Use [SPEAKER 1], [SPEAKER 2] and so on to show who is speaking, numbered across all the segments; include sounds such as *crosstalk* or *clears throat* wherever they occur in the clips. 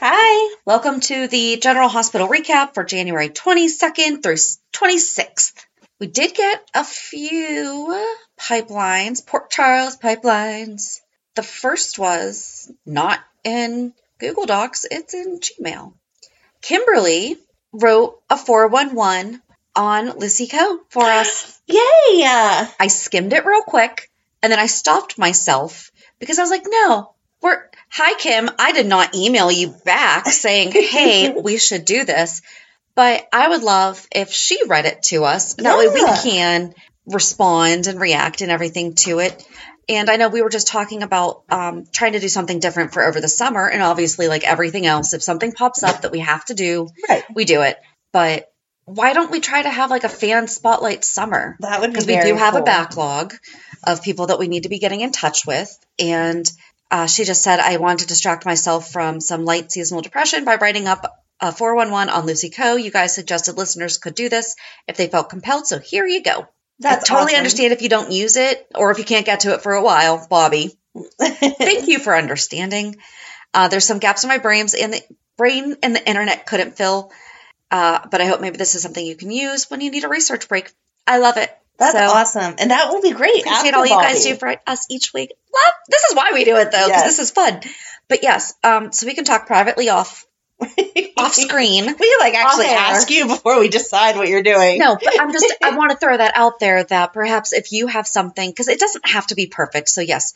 [SPEAKER 1] Hi. Welcome to the General Hospital recap for January 22nd through 26th. We did get a few pipelines, Port Charles pipelines. The first was not in Google Docs, it's in Gmail. Kimberly wrote a 411 on Lissy Co for us.
[SPEAKER 2] Yay! Uh,
[SPEAKER 1] I skimmed it real quick and then I stopped myself because I was like, no, we're, hi, Kim. I did not email you back saying,
[SPEAKER 2] *laughs*
[SPEAKER 1] hey, we should do this. But I would love if she read it to us. That way we
[SPEAKER 2] Yeah.
[SPEAKER 1] can respond and react and everything to it. And I know we were just talking about um, trying to do something different for over the summer. And obviously, like everything else, if something pops up that we have to do,
[SPEAKER 2] Right.
[SPEAKER 1] we do it. But why don't we try to have like a fan spotlight summer?
[SPEAKER 2] That would be
[SPEAKER 1] because we
[SPEAKER 2] very
[SPEAKER 1] do have a
[SPEAKER 2] cool.
[SPEAKER 1] backlog of people that we need to be getting in touch with. And uh, she just said, I want to distract myself from some light seasonal depression by writing up a 411 on Lucy Co. You guys suggested listeners could do this if they felt compelled. So here you go.
[SPEAKER 2] That's
[SPEAKER 1] I totally
[SPEAKER 2] awesome.
[SPEAKER 1] understand if you don't use it or if you can't get to it for a while, Bobby.
[SPEAKER 2] *laughs*
[SPEAKER 1] Thank you for understanding. Uh, there's some gaps in my brains and the brain and the internet couldn't fill. Uh, but I hope maybe this is something you can use when you need a research break. I love it.
[SPEAKER 2] That's
[SPEAKER 1] So,
[SPEAKER 2] awesome. And that will be great.
[SPEAKER 1] Appreciate
[SPEAKER 2] after
[SPEAKER 1] all you guys
[SPEAKER 2] Bobby.
[SPEAKER 1] do for us each week. Love. This is why we do it though, because
[SPEAKER 2] Yes.
[SPEAKER 1] this is fun. But yes, um, so we can talk privately off
[SPEAKER 2] *laughs*
[SPEAKER 1] off screen.
[SPEAKER 2] We can, like actually
[SPEAKER 1] Off air.
[SPEAKER 2] ask you before we decide what you're doing.
[SPEAKER 1] No, but I'm just,
[SPEAKER 2] *laughs*
[SPEAKER 1] I want to throw that out there that perhaps if you have something, because it doesn't have to be perfect. So, yes,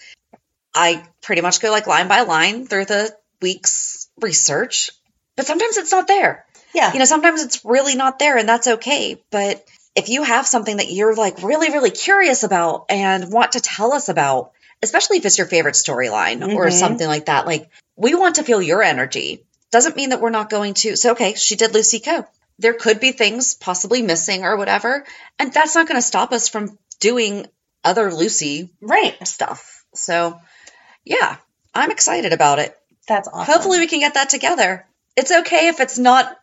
[SPEAKER 1] I pretty much go like line by line through the week's research, but sometimes it's not there.
[SPEAKER 2] Yeah.
[SPEAKER 1] You know, sometimes it's really not there, and that's okay. But if you have something that you're like really, really curious about and want to tell us about, especially if it's your favorite storyline or
[SPEAKER 2] Mhm.
[SPEAKER 1] something like that, like we want to feel your energy. Doesn't mean that we're not going to. So, okay, she did Lucy Co. There could be things possibly missing or whatever. And that's not going to stop us from doing other Lucy
[SPEAKER 2] right.
[SPEAKER 1] stuff. So, yeah, I'm excited about it.
[SPEAKER 2] That's awesome.
[SPEAKER 1] Hopefully, we can get that together. It's okay if it's not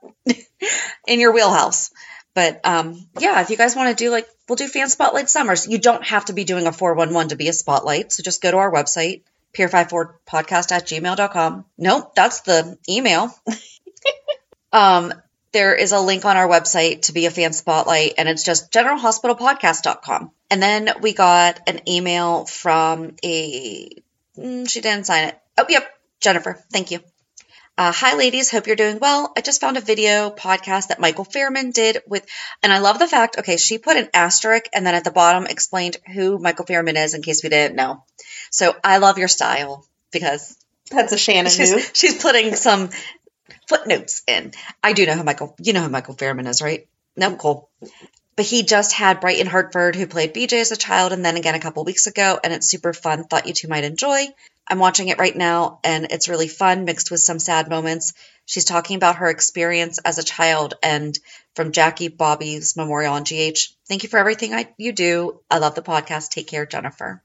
[SPEAKER 1] *laughs* in your wheelhouse. But um, yeah, if you guys want to do like, we'll do fan spotlight summers. You don't have to be doing a 411 to be a spotlight. So just go to our website, peer54podcast at gmail.com. Nope, that's the email. *laughs* um, there is a link on our website to be a fan spotlight, and it's just generalhospitalpodcast.com. And then we got an email from a, mm, she didn't sign it. Oh, yep, Jennifer. Thank you. Uh, Hi, ladies. Hope you're doing well. I just found a video podcast that Michael Fairman did with, and I love the fact, okay, she put an asterisk and then at the bottom explained who Michael Fairman is in case we didn't know. So I love your style because *laughs*
[SPEAKER 2] That's a Shannon move.
[SPEAKER 1] she's, she's putting some footnotes in. I do know who Michael, you know who Michael Fairman is, right? No, cool. But he just had Brighton Hartford, who played BJ as a child, and then again a couple weeks ago, and it's super fun. Thought you two might enjoy. I'm watching it right now, and it's really fun, mixed with some sad moments. She's talking about her experience as a child and from Jackie Bobby's memorial on GH. Thank you for everything I, you do. I love the podcast. Take care, Jennifer.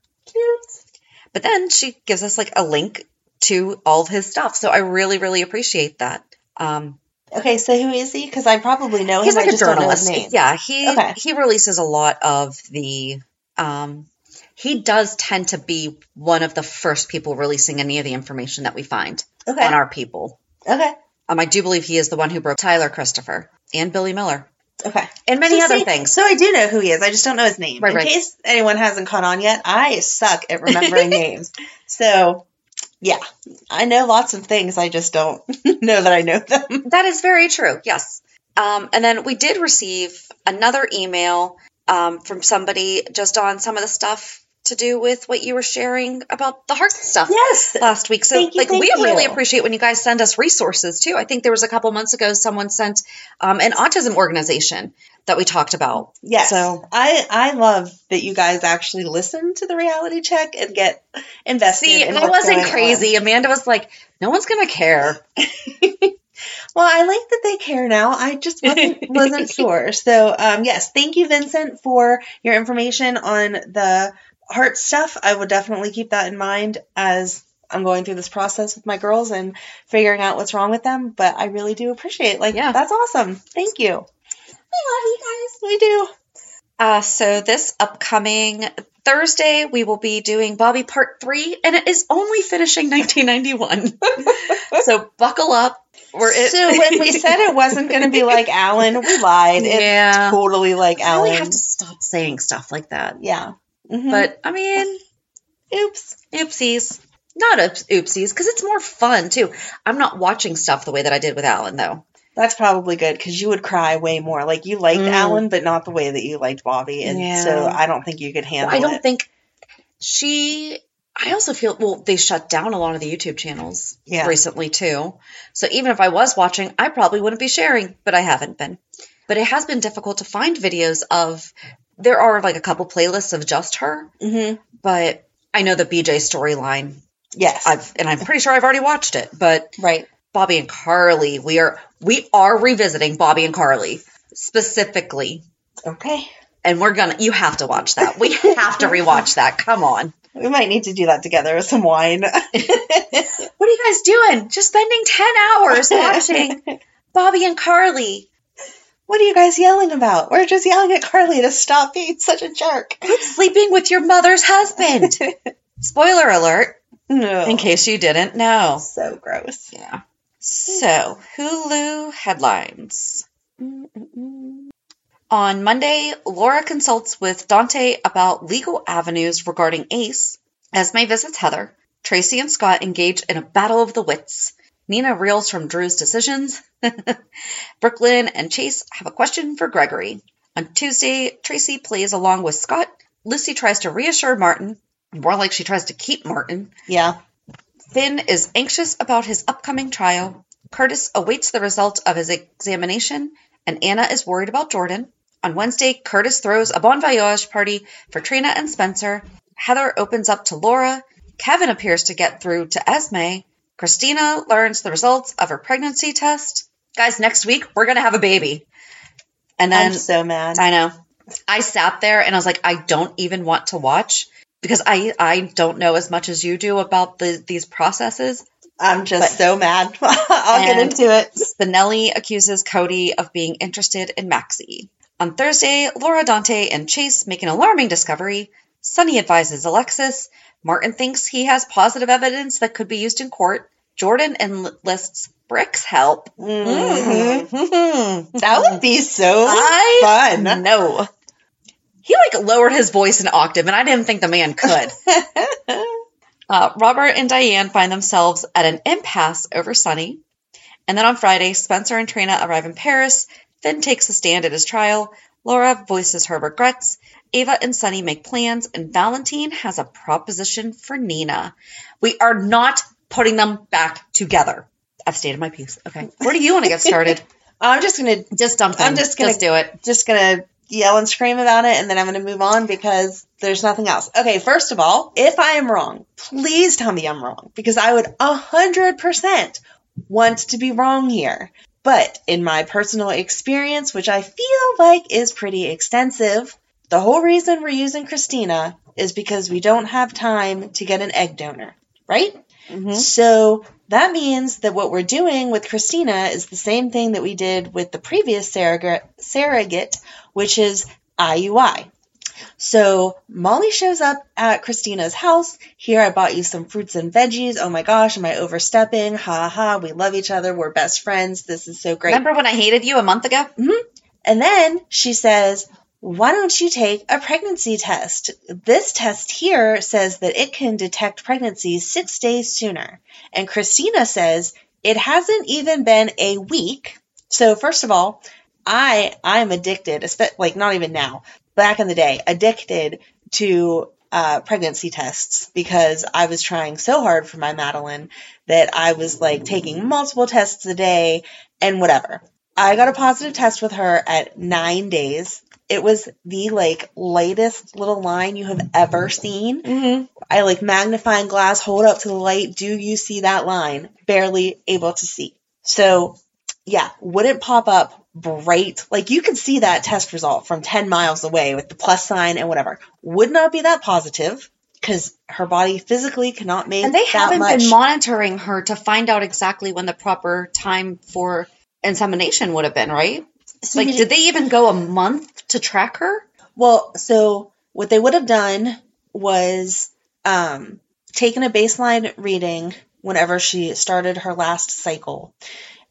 [SPEAKER 1] But then she gives us like a link to all of his stuff. So I really, really appreciate that. Um,
[SPEAKER 2] Okay, so who is he? Because I probably know
[SPEAKER 1] he's
[SPEAKER 2] him.
[SPEAKER 1] like
[SPEAKER 2] Oh, I
[SPEAKER 1] a
[SPEAKER 2] just don't know his
[SPEAKER 1] journalist.
[SPEAKER 2] name.
[SPEAKER 1] Yeah, he
[SPEAKER 2] Okay.
[SPEAKER 1] he releases a lot of the. Um, he does tend to be one of the first people releasing any of the information that we find
[SPEAKER 2] Okay.
[SPEAKER 1] on our people.
[SPEAKER 2] Okay.
[SPEAKER 1] Um, I do believe he is the one who broke Tyler Christopher and Billy Miller
[SPEAKER 2] Okay.
[SPEAKER 1] and many
[SPEAKER 2] So
[SPEAKER 1] other
[SPEAKER 2] see-
[SPEAKER 1] things.
[SPEAKER 2] So I do know who he is. I just don't know his name.
[SPEAKER 1] Right,
[SPEAKER 2] In
[SPEAKER 1] right.
[SPEAKER 2] case anyone hasn't caught on yet, I suck at remembering names. So, yeah, I know lots of things. I just don't *laughs* know that I know them.
[SPEAKER 1] That is very true. Yes. Um, and then we did receive another email um, from somebody just on some of the stuff to do with what you were sharing about the heart stuff
[SPEAKER 2] Yes.
[SPEAKER 1] last week. So,
[SPEAKER 2] Thank you,
[SPEAKER 1] like,
[SPEAKER 2] thank
[SPEAKER 1] we really
[SPEAKER 2] you.
[SPEAKER 1] appreciate when you guys send us resources too. I think there was a couple months ago someone sent um, an autism organization that we talked about.
[SPEAKER 2] Yes.
[SPEAKER 1] So-
[SPEAKER 2] I I love that you guys actually listen to the reality check and get invested.
[SPEAKER 1] See,
[SPEAKER 2] in
[SPEAKER 1] that
[SPEAKER 2] what's
[SPEAKER 1] wasn't
[SPEAKER 2] going on.
[SPEAKER 1] crazy. Amanda was like, "No one's gonna care."
[SPEAKER 2] Well, I like that they care now. I just wasn't, wasn't sure. So, um, yes, thank you, Vincent, for your information on the heart stuff. I will definitely keep that in mind as I'm going through this process with my girls and figuring out what's wrong with them. But I really do appreciate. Like,
[SPEAKER 1] Yeah.
[SPEAKER 2] that's awesome. Thank you. We love you guys. We do.
[SPEAKER 1] Uh, so this upcoming Thursday, we will be doing Bobby Part 3, and it is only finishing *laughs* 1991. *laughs* so buckle up. We're it.
[SPEAKER 2] so
[SPEAKER 1] *laughs*
[SPEAKER 2] when we said it wasn't going to be like Alan, we lied. It's
[SPEAKER 1] Yeah.
[SPEAKER 2] totally like
[SPEAKER 1] I
[SPEAKER 2] Alan.
[SPEAKER 1] really have to stop saying stuff like that.
[SPEAKER 2] yeah. Mhm.
[SPEAKER 1] But, I mean,
[SPEAKER 2] oops.
[SPEAKER 1] oopsies. Not oops, oopsies, because it's more fun, too. I'm not watching stuff the way that I did with Alan, though.
[SPEAKER 2] That's probably good because you would cry way more. Like you liked
[SPEAKER 1] Mm.
[SPEAKER 2] Alan, but not the way that you liked Bobby, and
[SPEAKER 1] Yeah.
[SPEAKER 2] so I don't think you could handle
[SPEAKER 1] I don't
[SPEAKER 2] it.
[SPEAKER 1] think she. I also feel well. They shut down a lot of the YouTube channels
[SPEAKER 2] Yeah.
[SPEAKER 1] recently too. So even if I was watching, I probably wouldn't be sharing, but I haven't been. But it has been difficult to find videos of. There are like a couple playlists of just her,
[SPEAKER 2] Mhm.
[SPEAKER 1] but I know the BJ storyline.
[SPEAKER 2] Yes,
[SPEAKER 1] I've and I'm pretty sure I've already watched it. But
[SPEAKER 2] right.
[SPEAKER 1] Bobby and Carly, we are we are revisiting Bobby and Carly specifically,
[SPEAKER 2] Okay,
[SPEAKER 1] and we're gonna. You have to watch that. We have to rewatch that. Come on.
[SPEAKER 2] we might need to do that together with some wine. *laughs*
[SPEAKER 1] What are you guys doing? Just spending 10 hours *laughs* watching Bobby and Carly.
[SPEAKER 2] what are you guys yelling about? We're just yelling at Carly to stop being such a jerk.
[SPEAKER 1] Sleeping with your mother's *laughs* husband. Spoiler alert,
[SPEAKER 2] No,
[SPEAKER 1] in case you didn't know.
[SPEAKER 2] so gross.
[SPEAKER 1] Yeah. So, Hulu headlines. On Monday, Laura consults with Dante about legal avenues regarding Ace. Esme visits Heather. Tracy and Scott engage in a battle of the wits. Nina reels from Drew's decisions. *laughs* Brooklyn and Chase have a question for Gregory. On Tuesday, Tracy plays along with Scott. Lucy tries to reassure Martin, more like she tries to keep Martin,
[SPEAKER 2] Yeah,
[SPEAKER 1] Finn is anxious about his upcoming trial. Curtis awaits the result of his examination, and Anna is worried about Jordan. On Wednesday, Curtis throws a bon voyage party for Trina and Spencer. Heather opens up to Laura. Kevin appears to get through to Esme. Christina learns the results of her pregnancy test. Guys, next week we're gonna have a baby. And then
[SPEAKER 2] I'm so mad.
[SPEAKER 1] I know. I sat there and I was like, I don't even want to watch because I I don't know as much as you do about the these processes.
[SPEAKER 2] I'm just
[SPEAKER 1] but-
[SPEAKER 2] so mad. *laughs* I'll get
[SPEAKER 1] And-
[SPEAKER 2] into it.
[SPEAKER 1] Spinelli accuses Cody of being interested in Maxie. On Thursday, Laura Dante and Chase make an alarming discovery. Sonny advises Alexis. Martin thinks he has positive evidence that could be used in court. Jordan enlists Brick's help. *laughs* Mhm.
[SPEAKER 2] That would be so
[SPEAKER 1] I
[SPEAKER 2] fun.
[SPEAKER 1] No. He like lowered his voice an octave, and I didn't think the man could.
[SPEAKER 2] *laughs*
[SPEAKER 1] uh, Robert and Diane find themselves at an impasse over Sunny. And then on Friday, Spencer and Trina arrive in Paris. Finn takes a stand at his trial. Laura voices her regrets. Ava and Sunny make plans, and Valentine has a proposition for Nina. We are not putting them back together. I've stated my piece. Okay. Where do you want to get
[SPEAKER 2] *laughs*
[SPEAKER 1] started?
[SPEAKER 2] I'm just gonna
[SPEAKER 1] just dump them.
[SPEAKER 2] I'm just gonna
[SPEAKER 1] do it.
[SPEAKER 2] Just gonna yell and scream about it, and then I'm gonna move on because there's nothing else. Okay, first of all, if I am wrong, please tell me I'm wrong because I would a hundred percent want to be wrong here. But in my personal experience, which I feel like is pretty extensive, the whole reason we're using Christina is because we don't have time to get an egg donor, right? So that means that what we're doing with Christina is the same thing that we did with the previous surrogate, surrogate which is IUI. So Molly shows up at Christina's house. Here, I bought you some fruits and veggies. Oh my gosh, am I overstepping? Ha ha, we love each other. We're best friends. This is so great.
[SPEAKER 1] Remember when I hated you a month ago?
[SPEAKER 2] And then she says, Why don't you take a pregnancy test? This test here says that it can detect pregnancies six days sooner. And Christina says, It hasn't even been a week. So, first of all, I I'm addicted, espe- like not even now, back in the day, addicted to uh, pregnancy tests because I was trying so hard for my Madeline that I was like taking multiple tests a day and whatever. I got a positive test with her at nine days. It was the like lightest little line you have ever seen. I like magnifying glass, hold up to the light. Do you see that line? Barely able to see. So yeah, wouldn't pop up bright. Like you could see that test result from 10 miles away with the plus sign and whatever. Would not be that positive because her body physically cannot make
[SPEAKER 1] And they
[SPEAKER 2] that
[SPEAKER 1] haven't
[SPEAKER 2] much.
[SPEAKER 1] been monitoring her to find out exactly when the proper time for insemination would have been, right? like,
[SPEAKER 2] you
[SPEAKER 1] did they even go a month to track her?
[SPEAKER 2] Well, so what they would have done was um, taken a baseline reading whenever she started her last cycle,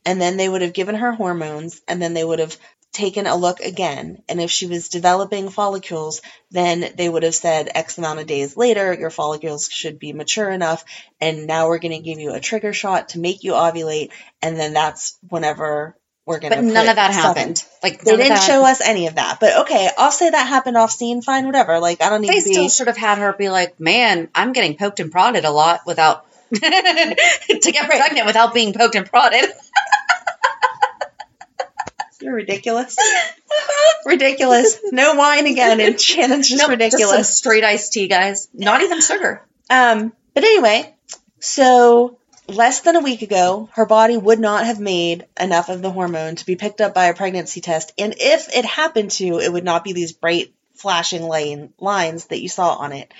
[SPEAKER 2] and then they would have given her hormones, and then they would have taken a look again. And if she was developing follicles, then they would have said X amount of days later, your follicles should be mature enough, and now we're going to give you a trigger shot to make you ovulate, and then that's whenever we're going to.
[SPEAKER 1] But none of that happened. Like,
[SPEAKER 2] They
[SPEAKER 1] none of
[SPEAKER 2] didn't
[SPEAKER 1] that-
[SPEAKER 2] show us any of that. But okay, I'll say that happened off scene, fine, whatever. Like I don't need
[SPEAKER 1] They
[SPEAKER 2] to be
[SPEAKER 1] still should have had her be like, man, I'm getting poked and prodded a lot without. *laughs* to get pregnant without being poked and
[SPEAKER 2] *laughs*
[SPEAKER 1] prodded.
[SPEAKER 2] You're *laughs* ridiculous. ridiculous. No wine again and Shannon's just
[SPEAKER 1] Nope, just
[SPEAKER 2] ridiculous.
[SPEAKER 1] some straight iced tea, guys. Not even sugar.
[SPEAKER 2] Um, but anyway, so less than a week ago, her body would not have made enough of the hormone to be picked up by a pregnancy test. And if it happened to, it would not be these bright flashing line, lines that you saw on it.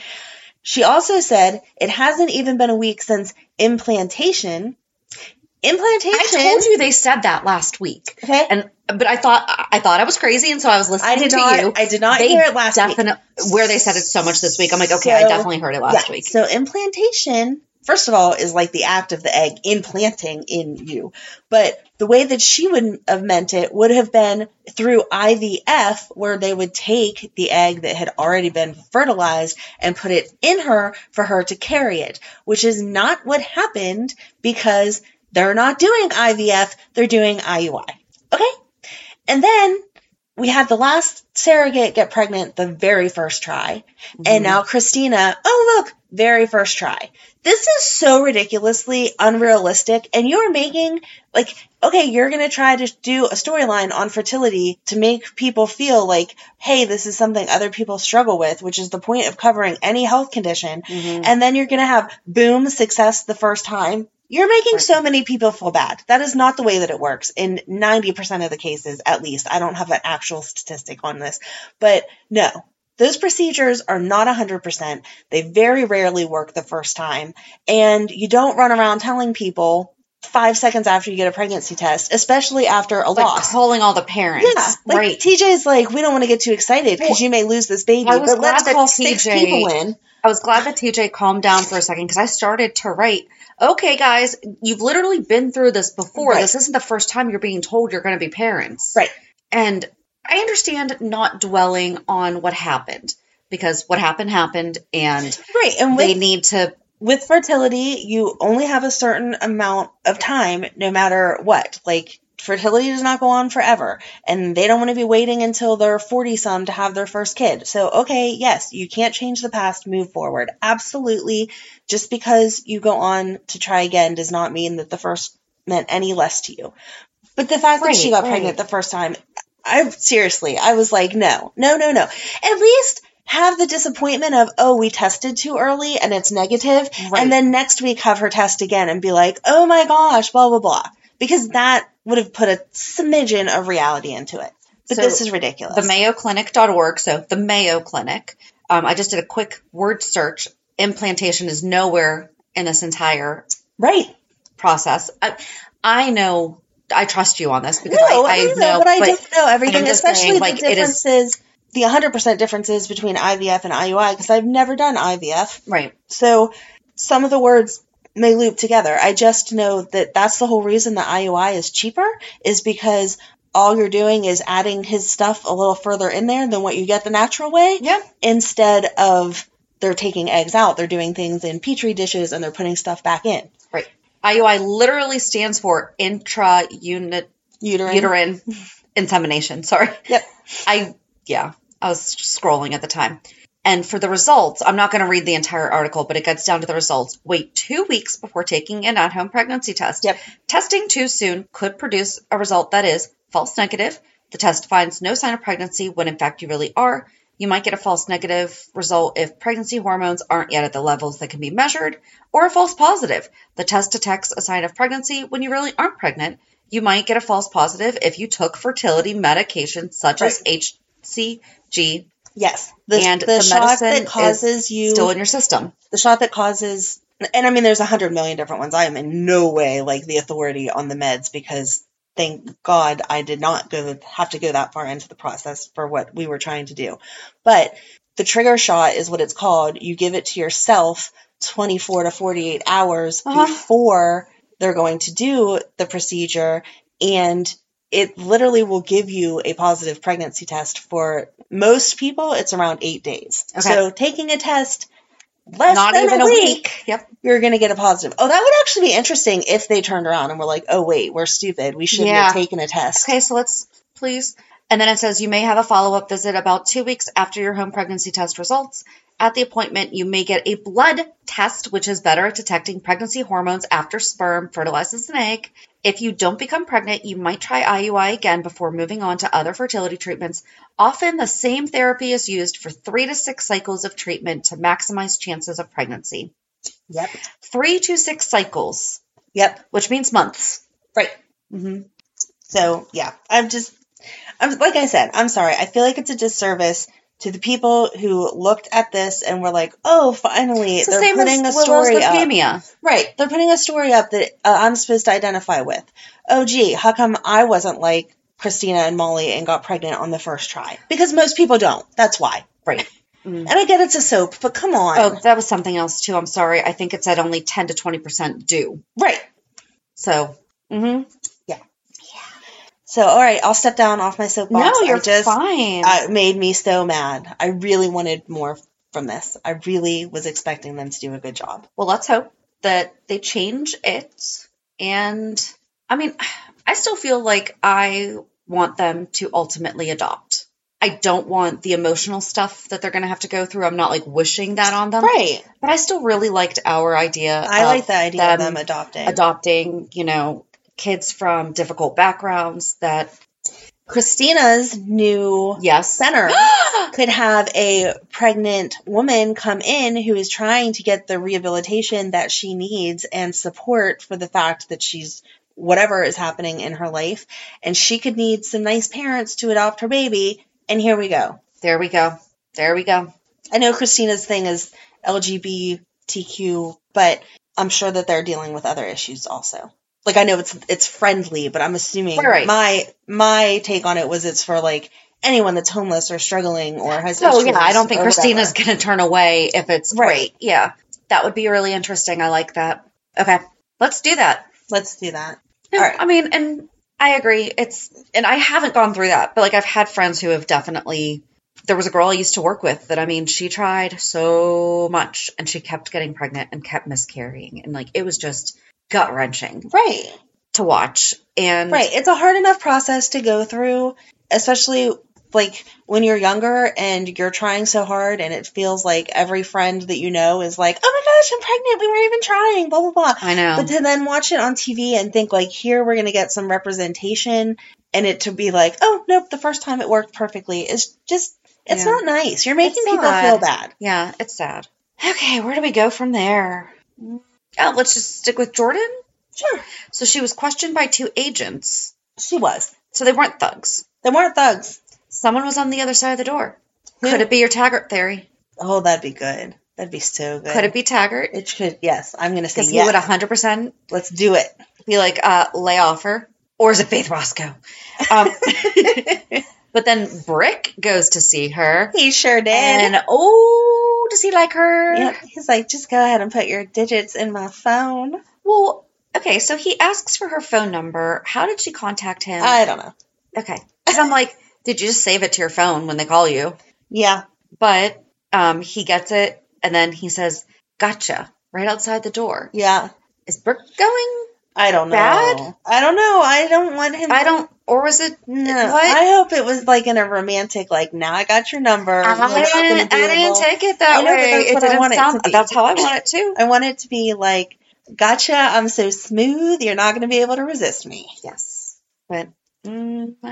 [SPEAKER 2] She also said it hasn't even been a week since implantation. Implantation.
[SPEAKER 1] I told you they said that last week.
[SPEAKER 2] Okay.
[SPEAKER 1] And but I thought I thought I was crazy, and so I was listening
[SPEAKER 2] I did
[SPEAKER 1] to
[SPEAKER 2] not-
[SPEAKER 1] you.
[SPEAKER 2] I did not hear it last week.
[SPEAKER 1] defini- Where they said it so much this week, I'm like, okay, I
[SPEAKER 2] So-
[SPEAKER 1] definitely heard it last
[SPEAKER 2] yeah,
[SPEAKER 1] week.
[SPEAKER 2] So implantation, first of all, is like the act of the egg implanting in you. But the way that she would have meant it would have been through IVF, where they would take the egg that had already been fertilized and put it in her for her to carry it, which is not what happened because they're not doing IVF, they're doing IUI. Okay? And then we had the last surrogate get pregnant the very first try. And now Christina, oh, look, very first try. This is so ridiculously unrealistic. And you're making, like, okay, you're going to try to do a storyline on fertility to make people feel like, hey, this is something other people struggle with, which is the point of covering any health condition. And then you're going to have boom success the first time. You're making so many people feel bad. That is not the way that it works in 90% of the cases, at least. I don't have an actual statistic on this, but no, those procedures are not 100%. They very rarely work the first time. And you don't run around telling people five seconds after you get a pregnancy test, especially after a
[SPEAKER 1] Like
[SPEAKER 2] loss.
[SPEAKER 1] calling all the parents.
[SPEAKER 2] Yeah, like
[SPEAKER 1] right.
[SPEAKER 2] TJ's like, we don't want to get too excited because you may lose this baby,
[SPEAKER 1] I was
[SPEAKER 2] but let's
[SPEAKER 1] glad that
[SPEAKER 2] call six
[SPEAKER 1] TJ
[SPEAKER 2] people in.
[SPEAKER 1] I was glad that TJ calmed down for a second because I started to write. Okay, guys, you've literally been through this before.
[SPEAKER 2] Right.
[SPEAKER 1] This isn't the first time you're being told you're going to be parents.
[SPEAKER 2] Right.
[SPEAKER 1] And I understand not dwelling on what happened because what happened happened, and
[SPEAKER 2] Right. And
[SPEAKER 1] they
[SPEAKER 2] with,
[SPEAKER 1] need to
[SPEAKER 2] with fertility, you only have a certain amount of time, no matter what. Like, fertility does not go on forever, and they don't want to be waiting until they're 40 some to have their first kid. So, okay, yes, you can't change the past, move forward. Absolutely. Just because you go on to try again does not mean that the first meant any less to you. But the fact that she
[SPEAKER 1] Right,
[SPEAKER 2] got pregnant
[SPEAKER 1] right.
[SPEAKER 2] the first time, I seriously, I was like, no, no, no, no. At least have the disappointment of, oh, we tested too early and it's negative,
[SPEAKER 1] Right.
[SPEAKER 2] and then next week have her test again and be like, oh my gosh, blah blah blah, because that would have put a smidgen of reality into it. But
[SPEAKER 1] So,
[SPEAKER 2] this is ridiculous.
[SPEAKER 1] the mayoclinic.org so the mayo clinic um, i just did a quick word search implantation is nowhere in this entire
[SPEAKER 2] right?
[SPEAKER 1] process i, I know i trust you on this because
[SPEAKER 2] No,
[SPEAKER 1] I, I,
[SPEAKER 2] don't
[SPEAKER 1] know
[SPEAKER 2] but I don't know everything,
[SPEAKER 1] I'm just
[SPEAKER 2] especially
[SPEAKER 1] saying,
[SPEAKER 2] the
[SPEAKER 1] like, it is-
[SPEAKER 2] differences, the 100% differences between IVF and IUI, because I've never done IVF.
[SPEAKER 1] right
[SPEAKER 2] So some of the words may loop together. I just know that that's the whole reason the IUI is cheaper, is because all you're doing is adding his stuff a little further in there than what you get the natural way.
[SPEAKER 1] Yeah.
[SPEAKER 2] Instead of they're taking eggs out, they're doing things in petri dishes and they're putting stuff back in.
[SPEAKER 1] right iui literally stands for intra-uterine
[SPEAKER 2] Uterine.
[SPEAKER 1] uterine insemination sorry
[SPEAKER 2] Yep.
[SPEAKER 1] I yeah, I was scrolling at the time. And for the results, I'm not going to read the entire article, but it gets down to the results. Wait two weeks before taking an at home pregnancy test.
[SPEAKER 2] Yep.
[SPEAKER 1] Testing too soon could produce a result that is false negative. The test finds no sign of pregnancy when in fact you really are. You might get a false negative result if pregnancy hormones aren't yet at the levels that can be measured, or a false positive. The test detects a sign of pregnancy when you really aren't pregnant. You might get a false positive if you took fertility medications such as HCG
[SPEAKER 2] Yes. The,
[SPEAKER 1] and the,
[SPEAKER 2] the, shot
[SPEAKER 1] medicine
[SPEAKER 2] that causes
[SPEAKER 1] is
[SPEAKER 2] you
[SPEAKER 1] still in your system.
[SPEAKER 2] the shot that causes and i mean there's a hundred million different ones i am in no way like the authority on the meds because thank god i did not go have to go that far into the process for what we were trying to do but the trigger shot is what it's called you give it to yourself 24 to 48 hours
[SPEAKER 1] Uh-huh.
[SPEAKER 2] before they're going to do the procedure and it literally will give you a positive pregnancy test for most people it's around eight days
[SPEAKER 1] Okay.
[SPEAKER 2] so taking a test less
[SPEAKER 1] Not
[SPEAKER 2] than
[SPEAKER 1] even
[SPEAKER 2] a, week,
[SPEAKER 1] Yep.
[SPEAKER 2] you're going to get a positive. Oh, that would actually be interesting if they turned around and were like, "Oh wait, we're stupid. We shouldn't have
[SPEAKER 1] Yeah.
[SPEAKER 2] taken a test."
[SPEAKER 1] Okay, so let's please. And then it says you may have a follow up visit about two weeks after your home pregnancy test results. At the appointment, you may get a blood test, which is better at detecting pregnancy hormones after sperm fertilizes an egg. If you don't become pregnant, you might try IUI again before moving on to other fertility treatments. Often, the same therapy is used for three to six cycles of treatment to maximize chances of pregnancy.
[SPEAKER 2] Yep.
[SPEAKER 1] Three to six cycles,
[SPEAKER 2] Yep.
[SPEAKER 1] which means months.
[SPEAKER 2] Right. hmm So yeah, I'm just, I'm like I said, I'm sorry. I feel like it's a disservice to the people who looked at this and were like, "Oh, finally,
[SPEAKER 1] It's the
[SPEAKER 2] they're
[SPEAKER 1] same
[SPEAKER 2] putting
[SPEAKER 1] as
[SPEAKER 2] a story
[SPEAKER 1] Willow's
[SPEAKER 2] up."
[SPEAKER 1] leukemia.
[SPEAKER 2] Right. They're putting a story up that uh, I'm supposed to identify with. Oh, gee, how come I wasn't like Christina and Molly and got pregnant on the first try? Because most people don't. That's why.
[SPEAKER 1] *laughs* Right.
[SPEAKER 2] And I get it's a soap, but come on.
[SPEAKER 1] Mm. Oh, that was something else too. I'm sorry. I think it said only 10 to 20% do.
[SPEAKER 2] Right.
[SPEAKER 1] So,
[SPEAKER 2] Mm-hmm.
[SPEAKER 1] mhm.
[SPEAKER 2] So, all right, I'll step down off my soapbox.
[SPEAKER 1] no, you're
[SPEAKER 2] I just,
[SPEAKER 1] fine.
[SPEAKER 2] uh, It made me so mad. I really wanted more from this. I really was expecting them to do a good job.
[SPEAKER 1] well, let's hope that they change it. And I mean, I still feel like I want them to ultimately adopt. I don't want the emotional stuff that they're going to have to go through. I'm not like wishing that on them.
[SPEAKER 2] Right.
[SPEAKER 1] But I still really liked our idea.
[SPEAKER 2] I
[SPEAKER 1] of
[SPEAKER 2] like the idea of them adopting.
[SPEAKER 1] adopting, you know, kids from difficult backgrounds that,
[SPEAKER 2] Christina's new
[SPEAKER 1] yes.
[SPEAKER 2] center could have a pregnant woman come in who is trying to get the rehabilitation that she needs and support for the fact that she's whatever is happening in her life and she could need some nice parents to adopt her baby and here we go
[SPEAKER 1] There we go. There we go.
[SPEAKER 2] I know Christina's thing is LGBTQ, but I'm sure that they're dealing with other issues also. Like I know it's it's friendly, but I'm assuming
[SPEAKER 1] Right.
[SPEAKER 2] my my take on it was it's for like anyone that's homeless or struggling or has.
[SPEAKER 1] So
[SPEAKER 2] issues
[SPEAKER 1] yeah, I don't think
[SPEAKER 2] or whatever.
[SPEAKER 1] Christina's going to turn away if it's
[SPEAKER 2] Right.
[SPEAKER 1] right. Yeah, that would be really interesting. I like that. Okay, let's do that.
[SPEAKER 2] Let's do that.
[SPEAKER 1] No,
[SPEAKER 2] All right.
[SPEAKER 1] I mean, and I agree. It's and I haven't gone through that, but like I've had friends who have definitely. There was a girl I used to work with that I mean, she tried so much and she kept getting pregnant and kept miscarrying and like it was just gut wrenching
[SPEAKER 2] Right.
[SPEAKER 1] to watch. And
[SPEAKER 2] Right. It's a hard enough process to go through, especially like when you're younger and you're trying so hard and it feels like every friend that you know is like, oh my gosh, I'm pregnant. We weren't even trying, blah, blah, blah.
[SPEAKER 1] I know.
[SPEAKER 2] But to then watch it on TV and think, like, here we're going to get some representation and it to be like, oh, nope, the first time it worked perfectly is just, it's
[SPEAKER 1] Yeah.
[SPEAKER 2] not nice. You're making
[SPEAKER 1] It's
[SPEAKER 2] people
[SPEAKER 1] not.
[SPEAKER 2] feel bad.
[SPEAKER 1] yeah, it's sad. Okay, where do we go from there? Oh, let's just stick with Jordan.
[SPEAKER 2] Sure.
[SPEAKER 1] So she was questioned by two agents.
[SPEAKER 2] She was.
[SPEAKER 1] So they weren't thugs.
[SPEAKER 2] They weren't thugs.
[SPEAKER 1] Someone was on the other side of the door.
[SPEAKER 2] Who?
[SPEAKER 1] Could it be your Taggart theory?
[SPEAKER 2] Oh, that'd be good. That'd be so good.
[SPEAKER 1] Could it be Taggart?
[SPEAKER 2] It should. Yes, I'm going to say
[SPEAKER 1] Because he would
[SPEAKER 2] yes.
[SPEAKER 1] 100%
[SPEAKER 2] Let's do it.
[SPEAKER 1] be like, uh, lay off her. Or is it Faith Roscoe?
[SPEAKER 2] *laughs*
[SPEAKER 1] Um, but then Brick goes to see her.
[SPEAKER 2] He sure did.
[SPEAKER 1] And oh, does he like her?
[SPEAKER 2] Yep. He's like, just go ahead and put your digits in my phone.
[SPEAKER 1] Well, okay, so he asks for her phone number. How did she contact him?
[SPEAKER 2] I don't know.
[SPEAKER 1] okay. Because I'm like, *laughs* did you just save it to your phone when they call you?
[SPEAKER 2] Yeah.
[SPEAKER 1] But um, he gets it and then he says, gotcha, right outside the door.
[SPEAKER 2] Yeah.
[SPEAKER 1] Is Brick going?
[SPEAKER 2] I don't know.
[SPEAKER 1] Bad?
[SPEAKER 2] I don't know. I don't want him.
[SPEAKER 1] I don't, or was it?
[SPEAKER 2] No.
[SPEAKER 1] What?
[SPEAKER 2] I hope it was like in a romantic, like, now I got your number.
[SPEAKER 1] I
[SPEAKER 2] like, it's gonna
[SPEAKER 1] didn't,
[SPEAKER 2] be
[SPEAKER 1] I didn't
[SPEAKER 2] little-
[SPEAKER 1] take it that
[SPEAKER 2] I know, but
[SPEAKER 1] way.
[SPEAKER 2] that's
[SPEAKER 1] It
[SPEAKER 2] what I
[SPEAKER 1] didn't
[SPEAKER 2] want it to
[SPEAKER 1] sound.
[SPEAKER 2] be.
[SPEAKER 1] That's how I want it too.
[SPEAKER 2] I want it to be like, gotcha. I'm so smooth. You're not going to be able to resist me.
[SPEAKER 1] Yes, but mm, I,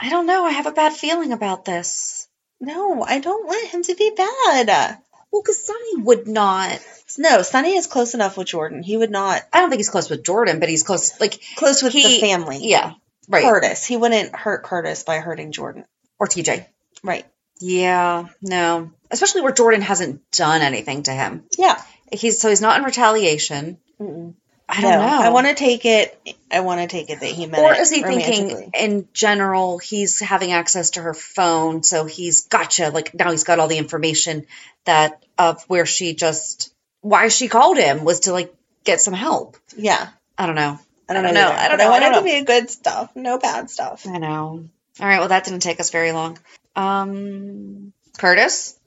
[SPEAKER 1] I, I don't know. I have a bad feeling about this.
[SPEAKER 2] No, I don't want him to be bad.
[SPEAKER 1] Well, because Sonny would not.
[SPEAKER 2] No, Sonny is close enough with Jordan. He would not
[SPEAKER 1] I don't think he's close with Jordan, but he's close. Like
[SPEAKER 2] close with
[SPEAKER 1] He-
[SPEAKER 2] the family.
[SPEAKER 1] yeah, right.
[SPEAKER 2] Curtis. He wouldn't hurt Curtis by hurting Jordan.
[SPEAKER 1] Or TJ.
[SPEAKER 2] Right.
[SPEAKER 1] Yeah, no. Especially where Jordan hasn't done anything to him.
[SPEAKER 2] Yeah.
[SPEAKER 1] He's so he's not in retaliation.
[SPEAKER 2] Mm-mm.
[SPEAKER 1] I don't
[SPEAKER 2] No,
[SPEAKER 1] know.
[SPEAKER 2] I want to take it. I want to take it that he meant.
[SPEAKER 1] Or
[SPEAKER 2] it
[SPEAKER 1] is he thinking
[SPEAKER 2] romantically.
[SPEAKER 1] in general he's having access to her phone, so he's gotcha. Like now he's got all the information that of where she just why she called him was to like get some help.
[SPEAKER 2] Yeah.
[SPEAKER 1] I don't know.
[SPEAKER 2] I don't know.
[SPEAKER 1] I don't know.
[SPEAKER 2] either,
[SPEAKER 1] I don't
[SPEAKER 2] but
[SPEAKER 1] know.
[SPEAKER 2] I want
[SPEAKER 1] I
[SPEAKER 2] it
[SPEAKER 1] don't
[SPEAKER 2] to be good stuff, no bad stuff.
[SPEAKER 1] I know. All right. Well, that didn't take us very long. Um, Curtis,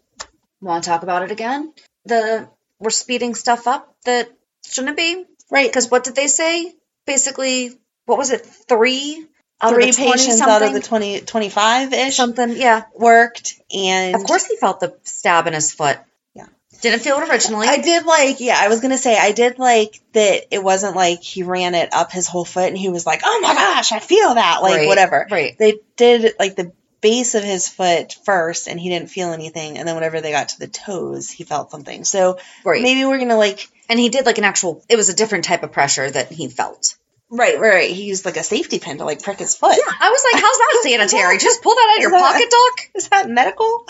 [SPEAKER 1] want to talk about it again? The we're speeding stuff up that shouldn't be
[SPEAKER 2] Right.
[SPEAKER 1] because what did they say? Basically, what was it? Three out
[SPEAKER 2] three
[SPEAKER 1] of the 20
[SPEAKER 2] patients out
[SPEAKER 1] something?
[SPEAKER 2] of the 20, 25 ish
[SPEAKER 1] something. Yeah.
[SPEAKER 2] worked, and
[SPEAKER 1] Of course, he felt the stab in his foot.
[SPEAKER 2] Yeah.
[SPEAKER 1] Didn't feel it originally.
[SPEAKER 2] I did like, yeah, I was gonna say I did like that. It wasn't like he ran it up his whole foot, and he was like, "Oh my gosh, I feel that!" Like
[SPEAKER 1] Right,
[SPEAKER 2] whatever.
[SPEAKER 1] right.
[SPEAKER 2] They did like the base of his foot first, and he didn't feel anything. And then whenever they got to the toes, he felt something. So
[SPEAKER 1] Right.
[SPEAKER 2] maybe we're gonna like
[SPEAKER 1] and he did like an actual. It was a different type of pressure that he felt.
[SPEAKER 2] right, right, right. He used like a safety pin to like prick his foot.
[SPEAKER 1] I was like, "How's that *laughs* sanitary? Just pull that out of your
[SPEAKER 2] Is that-
[SPEAKER 1] pocket, doc."
[SPEAKER 2] *laughs* Is that medical?
[SPEAKER 1] *laughs*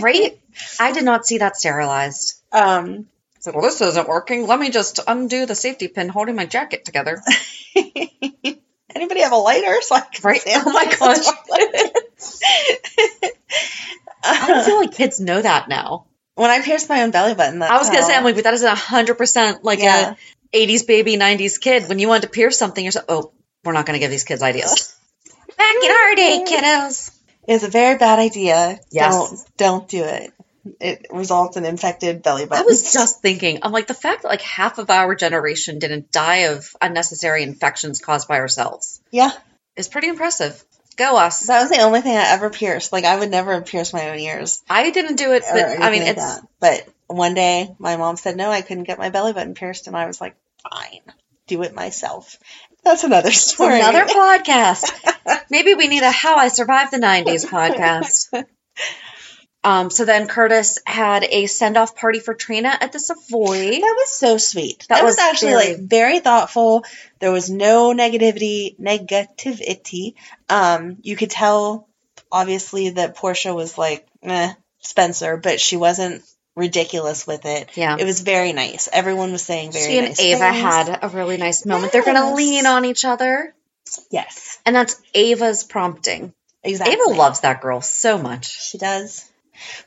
[SPEAKER 1] Right? I did not see that sterilized.
[SPEAKER 2] um,
[SPEAKER 1] It's like, well, this isn't working. Let me just undo the safety pin holding my jacket together.
[SPEAKER 2] anybody have a lighter? So I can
[SPEAKER 1] Right? Oh my
[SPEAKER 2] *laughs*
[SPEAKER 1] gosh. I feel like kids know that now.
[SPEAKER 2] when I pierced my own belly button, that's
[SPEAKER 1] I was going to
[SPEAKER 2] how-
[SPEAKER 1] say, I'm like, but that isn't 100% like
[SPEAKER 2] Yeah.
[SPEAKER 1] a 80s baby, 90s kid. When you want to pierce something, you're so, oh, we're not going to give these kids *laughs* ideas. Back in our day, kiddos.
[SPEAKER 2] It's a very bad idea.
[SPEAKER 1] Yes.
[SPEAKER 2] Don't don't do it. It results in infected belly
[SPEAKER 1] I
[SPEAKER 2] buttons.
[SPEAKER 1] was just thinking, I'm like, the fact that like half of our generation didn't die of unnecessary infections caused by ourselves
[SPEAKER 2] yeah.
[SPEAKER 1] is pretty impressive. Go us.
[SPEAKER 2] That was the only thing I ever pierced. Like I would never pierce my own ears.
[SPEAKER 1] I didn't do it,
[SPEAKER 2] or
[SPEAKER 1] but I
[SPEAKER 2] anything
[SPEAKER 1] mean,
[SPEAKER 2] like
[SPEAKER 1] it's
[SPEAKER 2] that. But one day, my mom said no, I couldn't get my belly button pierced, and I was like, fine, do it myself. That's another *laughs* story.
[SPEAKER 1] another
[SPEAKER 2] *laughs*
[SPEAKER 1] podcast. Maybe we need a How I Survived the 90s
[SPEAKER 2] *laughs*
[SPEAKER 1] podcast. Um, so then Curtis had a send off party for Trina at the Savoy.
[SPEAKER 2] That was so sweet.
[SPEAKER 1] That
[SPEAKER 2] That,
[SPEAKER 1] was
[SPEAKER 2] was, actually
[SPEAKER 1] very-
[SPEAKER 2] like very thoughtful. There was no negativity, negativity. Um, you could tell obviously that Portia was like eh, Spencer, but she wasn't ridiculous with it.
[SPEAKER 1] Yeah.
[SPEAKER 2] it was very nice. Everyone was saying very.
[SPEAKER 1] She and
[SPEAKER 2] nice
[SPEAKER 1] Ava
[SPEAKER 2] things.
[SPEAKER 1] had a really nice moment. They're going to
[SPEAKER 2] Yes.
[SPEAKER 1] lean on each other.
[SPEAKER 2] yes,
[SPEAKER 1] And that's Ava's prompting.
[SPEAKER 2] exactly.
[SPEAKER 1] Ava loves that girl so much.
[SPEAKER 2] She does.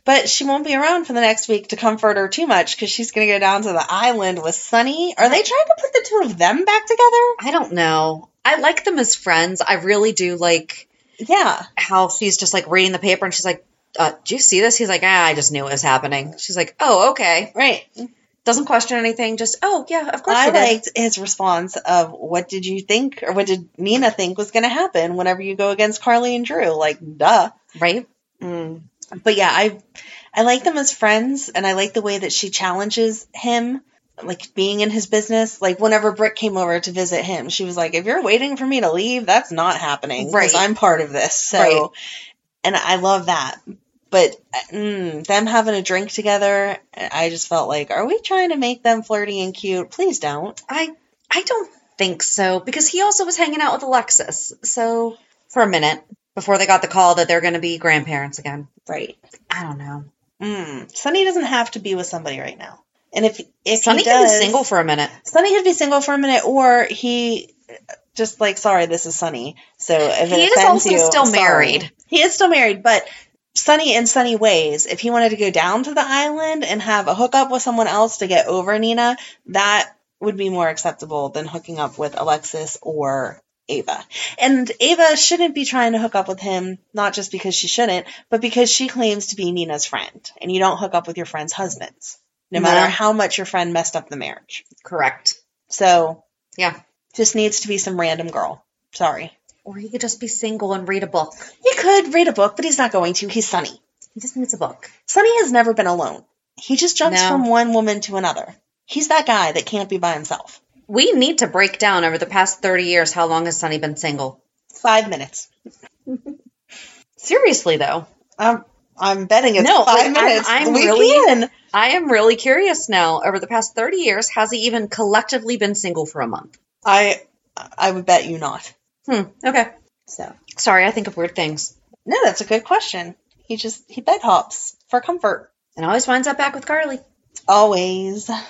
[SPEAKER 2] But she won't be around for the next week to comfort her too much because she's going to go down to the island with Sunny. Are they trying to put the two of them back together?
[SPEAKER 1] I don't know. I like them as friends. I really do like
[SPEAKER 2] Yeah.
[SPEAKER 1] how she's just like reading the paper and she's like, uh, do you see this? He's like, ah, I just knew it was happening. She's like, oh, okay.
[SPEAKER 2] Right.
[SPEAKER 1] Doesn't question anything. Just oh yeah, of course.
[SPEAKER 2] I
[SPEAKER 1] you did."
[SPEAKER 2] liked his response of what did you think or what did Nina think was going to happen whenever you go against Carly and Drew? Like, duh.
[SPEAKER 1] right.
[SPEAKER 2] But yeah, I I like them as friends and I like the way that she challenges him like being in his business. Like whenever Britt came over to visit him, she was like, "If you're waiting for me to leave, that's not happening
[SPEAKER 1] Right.
[SPEAKER 2] because I'm part of this." So
[SPEAKER 1] Right.
[SPEAKER 2] and I love that. But mm, them having a drink together, I just felt like, are we trying to make them flirty and cute? Please don't.
[SPEAKER 1] I I don't think so because he also was hanging out with Alexis. So for a minute before they got the call that they're going to be grandparents again.
[SPEAKER 2] Right.
[SPEAKER 1] I don't know.
[SPEAKER 2] Mm. Sonny doesn't have to be with somebody right now. And if if
[SPEAKER 1] Sonny
[SPEAKER 2] he
[SPEAKER 1] can be
[SPEAKER 2] does,
[SPEAKER 1] single for a minute.
[SPEAKER 2] Sonny could be single for a minute, or he just like, sorry, this is Sonny. So if
[SPEAKER 1] He is
[SPEAKER 2] it offends
[SPEAKER 1] also
[SPEAKER 2] you,
[SPEAKER 1] still
[SPEAKER 2] sorry.
[SPEAKER 1] married.
[SPEAKER 2] He is still married, but Sonny in Sunny ways. If he wanted to go down to the island and have a hookup with someone else to get over Nina, that would be more acceptable than hooking up with Alexis or Ava. And Ava shouldn't be trying to hook up with him, not just because she shouldn't, but because she claims to be Nina's friend. And you don't hook up with your friend's husbands, no
[SPEAKER 1] No.
[SPEAKER 2] matter how much your friend messed up the marriage.
[SPEAKER 1] Correct.
[SPEAKER 2] So
[SPEAKER 1] Yeah.
[SPEAKER 2] just needs to be some random girl. Sorry.
[SPEAKER 1] Or he could just be single and read a book.
[SPEAKER 2] He could read a book, but he's not going to. He's Sunny.
[SPEAKER 1] He just needs a book.
[SPEAKER 2] Sunny has never been alone. He just jumps
[SPEAKER 1] No.
[SPEAKER 2] from one woman to another. He's that guy that can't be by himself.
[SPEAKER 1] We need to break down over the past 30 years how long has Sonny been single?
[SPEAKER 2] Five minutes.
[SPEAKER 1] Seriously, though,
[SPEAKER 2] I'm, I'm betting it's
[SPEAKER 1] No,
[SPEAKER 2] five
[SPEAKER 1] but I'm-
[SPEAKER 2] minutes.
[SPEAKER 1] I'm
[SPEAKER 2] we
[SPEAKER 1] really-
[SPEAKER 2] can.
[SPEAKER 1] I am really curious now. Over the past 30 years, has he even collectively been single for a month?
[SPEAKER 2] I I would bet you not.
[SPEAKER 1] Hmm. Okay.
[SPEAKER 2] So
[SPEAKER 1] Sorry, I think of weird things.
[SPEAKER 2] no, that's a good question. He just he bed hops for comfort
[SPEAKER 1] And always winds up back with Carly.
[SPEAKER 2] always.
[SPEAKER 1] Oh,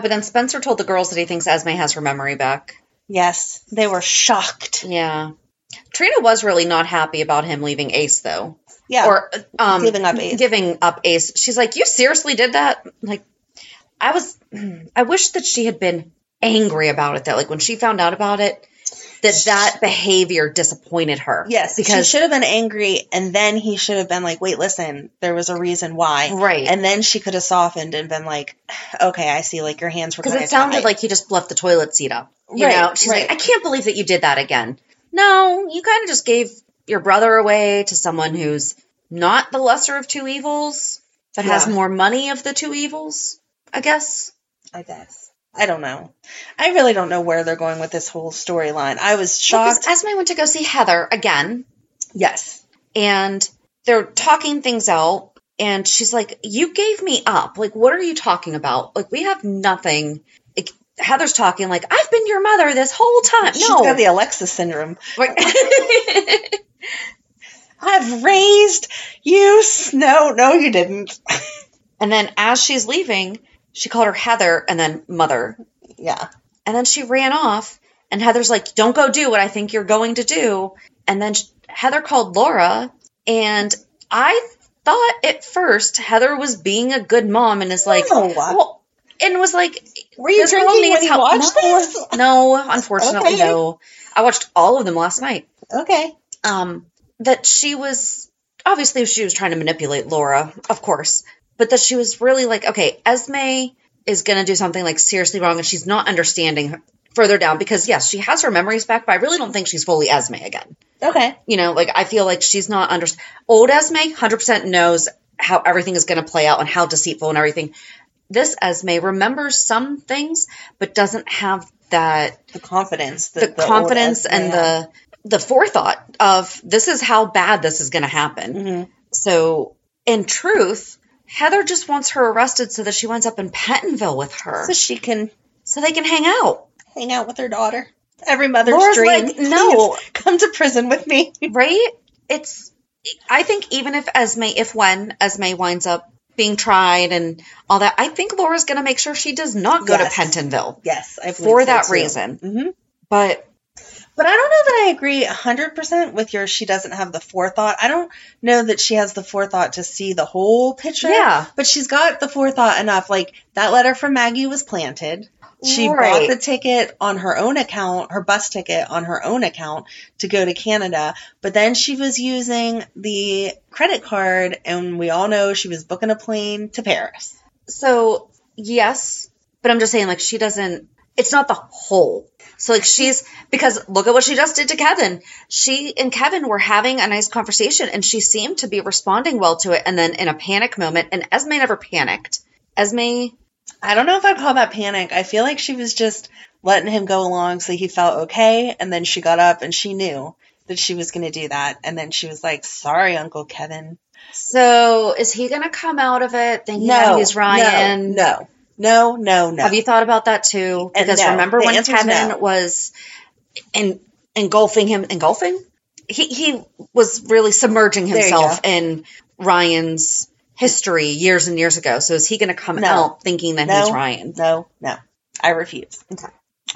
[SPEAKER 1] but then Spencer told the girls that he thinks Esme has her memory back.
[SPEAKER 2] Yes, they were shocked.
[SPEAKER 1] Yeah. Trina was really not happy about him leaving Ace, though.
[SPEAKER 2] Yeah,
[SPEAKER 1] Or um,
[SPEAKER 2] Giving up Ace.
[SPEAKER 1] Giving up Ace. She's like, you seriously did that? Like, I was. *clears throat* I wish that she had been angry about it. That like when she found out about it, that that behavior disappointed her.
[SPEAKER 2] Yes,
[SPEAKER 1] because
[SPEAKER 2] she should have been angry, and then he should have been like, "Wait, listen, there was a reason why."
[SPEAKER 1] Right.
[SPEAKER 2] and then she could have softened and been like, "Okay, I see. Like your hands were
[SPEAKER 1] because
[SPEAKER 2] kinda
[SPEAKER 1] it sounded
[SPEAKER 2] tied."
[SPEAKER 1] like he just left the toilet seat up. You
[SPEAKER 2] Right,
[SPEAKER 1] know, she's
[SPEAKER 2] right.
[SPEAKER 1] like, I can't believe that you did that again. No, you kind of just gave your brother away to someone who's not the lesser of two evils, but has
[SPEAKER 2] Yeah.
[SPEAKER 1] more money of the two evils. I guess.
[SPEAKER 2] I guess I don't know. I really don't know where they're going with this whole storyline. I was
[SPEAKER 1] Because
[SPEAKER 2] shocked.
[SPEAKER 1] Esme went to go see Heather again,
[SPEAKER 2] yes,
[SPEAKER 1] and they're talking things out. And she's like, You gave me up. Like, what are you talking about? Like, we have nothing. Like, Heather's talking, like, I've been your mother this whole time.
[SPEAKER 2] she's
[SPEAKER 1] no.
[SPEAKER 2] got the Alexis syndrome.
[SPEAKER 1] Right.
[SPEAKER 2] I've raised you. Snow? No, you didn't.
[SPEAKER 1] *laughs* and then as she's leaving, she called her Heather and then mother.
[SPEAKER 2] yeah,
[SPEAKER 1] And then she ran off, and Heather's like, Don't go do what I think you're going to do. And then sh- Heather called Laura, and I thought at first Heather was being a good mom and is like,
[SPEAKER 2] No.
[SPEAKER 1] Well, and was like,
[SPEAKER 2] Were you
[SPEAKER 1] "This girl
[SPEAKER 2] drinking
[SPEAKER 1] needs
[SPEAKER 2] when you
[SPEAKER 1] help."
[SPEAKER 2] watched
[SPEAKER 1] no,
[SPEAKER 2] this?
[SPEAKER 1] *laughs* No, unfortunately,
[SPEAKER 2] Okay.
[SPEAKER 1] no. I watched all of them last night.
[SPEAKER 2] okay.
[SPEAKER 1] Um, that she was obviously she was trying to manipulate Laura, of course, but that she was really like, okay, Esme is gonna do something like seriously wrong, and she's not understanding her further down because yes, she has her memories back, but I really don't think she's fully Esme again.
[SPEAKER 2] Okay.
[SPEAKER 1] You know, like I feel like she's not under old Esme, hundred percent knows how everything is gonna play out and how deceitful and everything. This Esme remembers some things, but doesn't have that
[SPEAKER 2] The uh, confidence.
[SPEAKER 1] the,
[SPEAKER 2] old
[SPEAKER 1] confidence
[SPEAKER 2] Esme
[SPEAKER 1] and
[SPEAKER 2] had.
[SPEAKER 1] the the forethought of this is how bad this is going to happen.
[SPEAKER 2] Mm-hmm.
[SPEAKER 1] So, in truth, Heather just wants her arrested so that she winds up in Pentonville with her,
[SPEAKER 2] so she can
[SPEAKER 1] so they can hang out,
[SPEAKER 2] hang out with her daughter. Every mother's
[SPEAKER 1] Laura's
[SPEAKER 2] dream. *laughs*
[SPEAKER 1] like, no.
[SPEAKER 2] Please, come to prison with me.
[SPEAKER 1] right? It's. I think even if Esme, if when Esme winds up being tried and all that, I think Laura's going to make sure she does not go
[SPEAKER 2] Yes.
[SPEAKER 1] to Pentonville
[SPEAKER 2] Yes, I believe
[SPEAKER 1] for
[SPEAKER 2] so,
[SPEAKER 1] that
[SPEAKER 2] too. Mm-hmm.
[SPEAKER 1] reason. But
[SPEAKER 2] But I don't know that I agree 100% with your she doesn't have the forethought. I don't know that she has the forethought to see the whole picture.
[SPEAKER 1] Yeah.
[SPEAKER 2] But she's got the forethought enough. Like that letter from Maggie was planted. She
[SPEAKER 1] Right.
[SPEAKER 2] bought the ticket on her own account, her bus ticket on her own account to go to Canada. But then she was using the credit card, and we all know she was booking a plane to Paris.
[SPEAKER 1] So, yes, But I'm just saying, like, she doesn't, it's not the whole. So, like, she's, because look at what she just did to Kevin. She and Kevin were having a nice conversation and she seemed to be responding well to it. And then in a panic moment, and Esme never panicked. Esme,
[SPEAKER 2] I don't know if I'd call that panic. I feel like she was just letting him go along so he felt okay. And then she got up and she knew that she was going to do that. And then she was like, sorry, Uncle Kevin.
[SPEAKER 1] so is he going to come out of it thinking that he's Ryan?
[SPEAKER 2] No, no, no, no.
[SPEAKER 1] Have you thought about that too?
[SPEAKER 2] And
[SPEAKER 1] Because
[SPEAKER 2] no.
[SPEAKER 1] remember
[SPEAKER 2] The
[SPEAKER 1] when
[SPEAKER 2] answer is
[SPEAKER 1] Kevin
[SPEAKER 2] no.
[SPEAKER 1] was en- engulfing him, engulfing? He, he was really submerging
[SPEAKER 2] you
[SPEAKER 1] himself
[SPEAKER 2] go.
[SPEAKER 1] in Ryan's history years and years ago. So is he going to come
[SPEAKER 2] No.
[SPEAKER 1] out thinking that
[SPEAKER 2] no,
[SPEAKER 1] he's Ryan?
[SPEAKER 2] No, no. I refuse. Okay.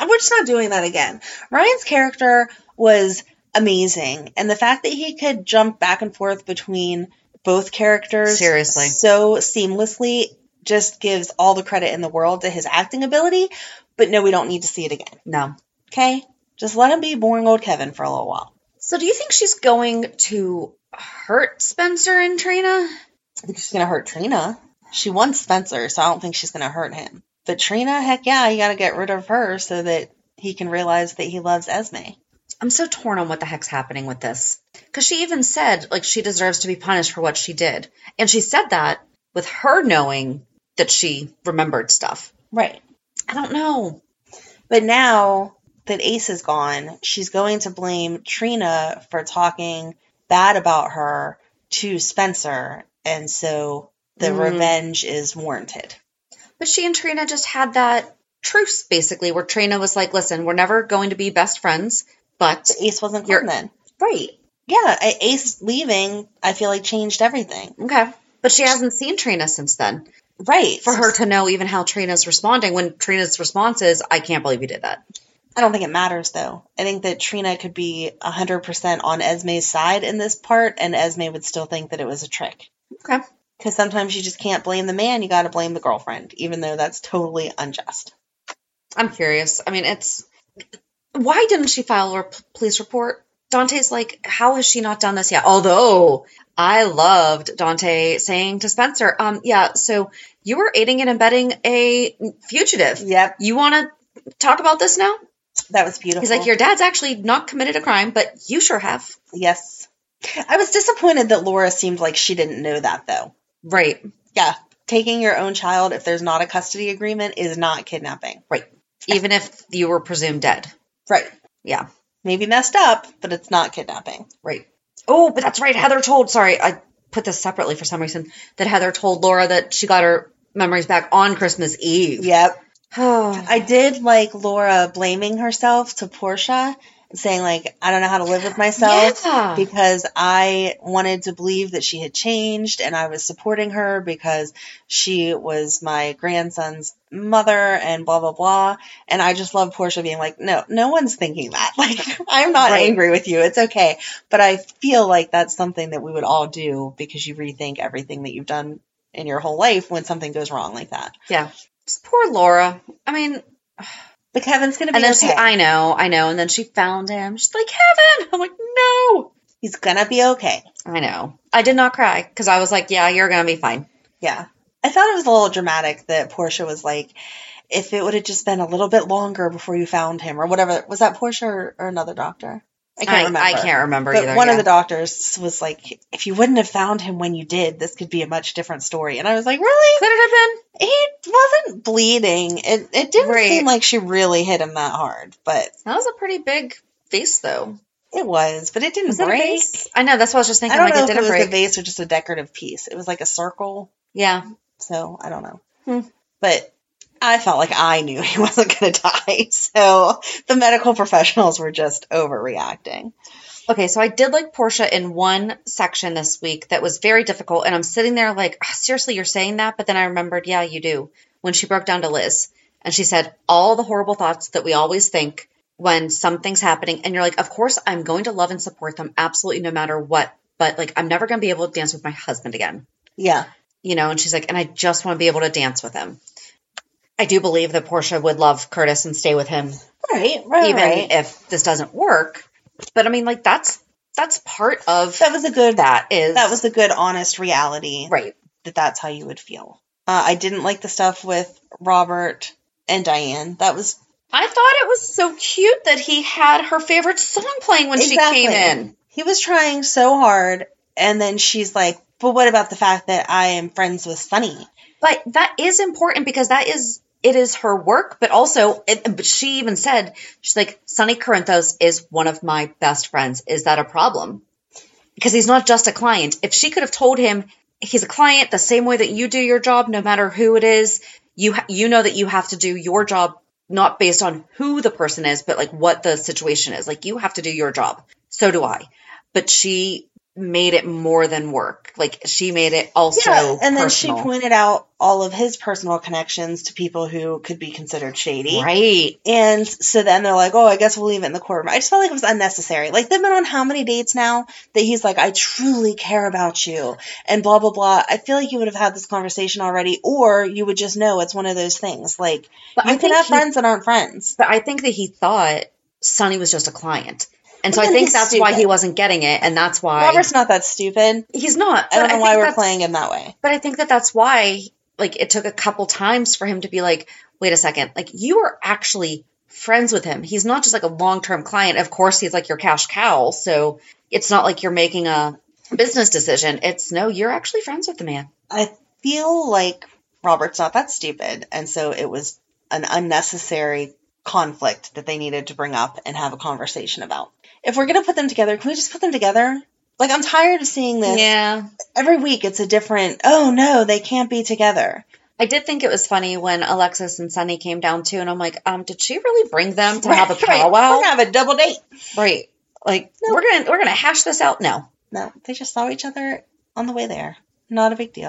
[SPEAKER 2] We're just not doing that again. Ryan's character was amazing. And the fact that he could jump back and forth between both characters
[SPEAKER 1] Seriously.
[SPEAKER 2] so seamlessly just gives all the credit in the world to his acting ability. But no, we don't need to see it again.
[SPEAKER 1] No.
[SPEAKER 2] Okay? Just let him be boring old Kevin for a little while.
[SPEAKER 1] So do you think she's going to hurt Spencer and Trina?
[SPEAKER 2] I think she's going to hurt Trina. She won Spencer, so I don't think she's going to hurt him. But Trina, heck yeah, you got to get rid of her so that he can realize that he loves Esme.
[SPEAKER 1] I'm so torn on what the heck's happening with this. Because she even said, like, she deserves to be punished for what she did. And she said that with her knowing that she remembered stuff.
[SPEAKER 2] Right.
[SPEAKER 1] I don't know.
[SPEAKER 2] But now that Ace is gone, she's going to blame Trina for talking bad about her to Spencer. And so the
[SPEAKER 1] Mm-hmm.
[SPEAKER 2] revenge is warranted.
[SPEAKER 1] But she and Trina just had that truce, basically, where Trina was like, listen, we're never going to be best friends, but.
[SPEAKER 2] Ace wasn't
[SPEAKER 1] You're-
[SPEAKER 2] gone then.
[SPEAKER 1] Right.
[SPEAKER 2] Yeah, A- Ace leaving, I feel like changed everything.
[SPEAKER 1] Okay. But she hasn't seen Trina since then.
[SPEAKER 2] Right.
[SPEAKER 1] For her to know even how Trina's responding when Trina's response is, I can't believe you did that.
[SPEAKER 2] I don't think it matters though. I think that Trina could be 100% on Esme's side in this part, and Esme would still think that it was a trick.
[SPEAKER 1] Okay.
[SPEAKER 2] Because sometimes you just can't blame the man, you got to blame the girlfriend, even though that's totally unjust.
[SPEAKER 1] I'm curious. I mean, it's why didn't she file a p- police report? Dante's like, how has she not done this yet? Although I loved Dante saying to Spencer, um, yeah, so you were aiding and abetting a fugitive.
[SPEAKER 2] Yep.
[SPEAKER 1] You want to talk about this now?
[SPEAKER 2] That was beautiful.
[SPEAKER 1] He's like, your dad's actually not committed a crime, but you sure have.
[SPEAKER 2] Yes. I was disappointed that Laura seemed like she didn't know that though.
[SPEAKER 1] Right.
[SPEAKER 2] Yeah. Taking your own child if there's not a custody agreement is not kidnapping.
[SPEAKER 1] Right. Even if you were presumed dead.
[SPEAKER 2] Right.
[SPEAKER 1] Yeah.
[SPEAKER 2] Maybe messed up, but it's not kidnapping.
[SPEAKER 1] Right. Oh, but that's right. Heather told, sorry, I put this separately for some reason, that Heather told Laura that she got her memories back on Christmas Eve.
[SPEAKER 2] Yep.
[SPEAKER 1] Oh,
[SPEAKER 2] I did like Laura blaming herself to Portia and saying like I don't know how to live with myself
[SPEAKER 1] Yeah.
[SPEAKER 2] because I wanted to believe that she had changed and I was supporting her because she was my grandson's mother and blah blah blah and I just love Portia being like no no one's thinking that *laughs* like I'm not
[SPEAKER 1] Right.
[SPEAKER 2] angry with you it's okay but I feel like that's something that we would all do because you rethink everything that you've done in your whole life when something goes wrong like that
[SPEAKER 1] *sighs* yeah. Just poor Laura. I mean,
[SPEAKER 2] but Kevin's gonna be
[SPEAKER 1] and then
[SPEAKER 2] okay.
[SPEAKER 1] she, I know, I know. And then she found him. She's like, Kevin. I'm like, no.
[SPEAKER 2] He's gonna be okay.
[SPEAKER 1] I know. I did not cry because I was like, yeah, you're going to be fine.
[SPEAKER 2] Yeah. I thought it was a little dramatic that Portia was like, if it would have just been a little bit longer before you found him or whatever. Was that Portia or, or another doctor? I can't
[SPEAKER 1] I-
[SPEAKER 2] remember.
[SPEAKER 1] I can't remember
[SPEAKER 2] But
[SPEAKER 1] either,
[SPEAKER 2] one of
[SPEAKER 1] yeah.
[SPEAKER 2] the doctors was like, if you wouldn't have found him when you did, this could be a much different story. And I was like,
[SPEAKER 1] Could
[SPEAKER 2] really?
[SPEAKER 1] it have been?
[SPEAKER 2] He wasn't bleeding. It, it didn't
[SPEAKER 1] Right.
[SPEAKER 2] seem like she really hit him that hard, but
[SPEAKER 1] That was a pretty big face, though.
[SPEAKER 2] it was. But it didn't
[SPEAKER 1] Was it a Oh
[SPEAKER 2] break.
[SPEAKER 1] vase? I know. That's what I was just
[SPEAKER 2] I
[SPEAKER 1] thinking.
[SPEAKER 2] don't
[SPEAKER 1] like,
[SPEAKER 2] know
[SPEAKER 1] it
[SPEAKER 2] if it
[SPEAKER 1] didn't
[SPEAKER 2] was
[SPEAKER 1] break.
[SPEAKER 2] a vase or just a decorative piece. It was like a circle.
[SPEAKER 1] Yeah.
[SPEAKER 2] So I don't know. But I felt like I knew *laughs* he wasn't going to die. So the medical professionals were just overreacting.
[SPEAKER 1] Okay, so I did like Portia in one section this week that was very difficult, and I'm sitting there like, "Ah, seriously, you're saying that? But then I remembered, yeah, you do. When she broke down to Liz, and she said all the horrible thoughts that we always think when something's happening, and you're like, of course, I'm going to love and support them absolutely no matter what, but like, I'm never going to be able to dance with my husband again,
[SPEAKER 2] Yeah.
[SPEAKER 1] you know? And she's like, and I just want to be able to dance with him. I do believe that Portia would love Curtis and stay with him
[SPEAKER 2] Right. Right.
[SPEAKER 1] even
[SPEAKER 2] right.
[SPEAKER 1] if this doesn't work. But I mean, like that's that's part of
[SPEAKER 2] that was a good
[SPEAKER 1] that is
[SPEAKER 2] that was a good honest reality
[SPEAKER 1] right.
[SPEAKER 2] that that's how you would feel. Uh, I didn't like the stuff with Robert and Diane. That was
[SPEAKER 1] I thought it was so cute that he had her favorite song playing when she came in.
[SPEAKER 2] He was trying so hard, and then she's like, "But what about the fact that I am friends with Sunny?"
[SPEAKER 1] But that is important because that is it is her work, but also it, but she even said she's like Sonny Corinthos is one of my best friends. Is that a problem? Because he's not just a client. If she could have told him he's a client the same way that you do your job, no matter who it is, you ha- you know that you have to do your job not based on who the person is, but like what the situation is. Like you have to do your job. So do I. But she made it more than work. Like she made it also.
[SPEAKER 2] and then
[SPEAKER 1] personal.
[SPEAKER 2] she pointed out all of his personal connections to people who could be considered shady.
[SPEAKER 1] Right.
[SPEAKER 2] And so then they're like, oh, I guess we'll leave it in the courtroom. I just felt like it was unnecessary. Like, they've been on how many dates now that he's like, I truly care about you and blah, blah, blah. I feel like you would have had this conversation already, or you would just know it's one of those things. Like,
[SPEAKER 1] But I
[SPEAKER 2] you can
[SPEAKER 1] think
[SPEAKER 2] have
[SPEAKER 1] he-
[SPEAKER 2] friends that aren't friends.
[SPEAKER 1] But I think that he thought Sonny was just a client. And so
[SPEAKER 2] Well,
[SPEAKER 1] I
[SPEAKER 2] then
[SPEAKER 1] think
[SPEAKER 2] he's
[SPEAKER 1] that's why he
[SPEAKER 2] stupid.
[SPEAKER 1] wasn't getting it. And that's why
[SPEAKER 2] Robert's not that stupid.
[SPEAKER 1] he's not.
[SPEAKER 2] I don't
[SPEAKER 1] but
[SPEAKER 2] know why
[SPEAKER 1] think
[SPEAKER 2] we're
[SPEAKER 1] that's-
[SPEAKER 2] playing him that way.
[SPEAKER 1] But I think that that's why, like, it took a couple times for him to be like, wait a second, like, you are actually friends with him. He's not just like a long term client. Of course, he's like your cash cow. So it's not like you're making a business decision. It's no, you're actually friends with the man.
[SPEAKER 2] I feel like Robert's not that stupid. And so it was an unnecessary conflict that they needed to bring up and have a conversation about. If we're going to put them together, can we just put them together? Like, I'm tired of seeing this.
[SPEAKER 1] Yeah.
[SPEAKER 2] Every week it's a different, oh no, they can't be together.
[SPEAKER 1] I did think it was funny when Alexis and Sunny came down too, and I'm like, um, did she really bring them to
[SPEAKER 2] *laughs*
[SPEAKER 1] have a powwow?
[SPEAKER 2] We're going to have a double date.
[SPEAKER 1] Right. Like we're gonna we're gonna hash this out now.
[SPEAKER 2] No, they just saw each other on the way there. Not a big deal.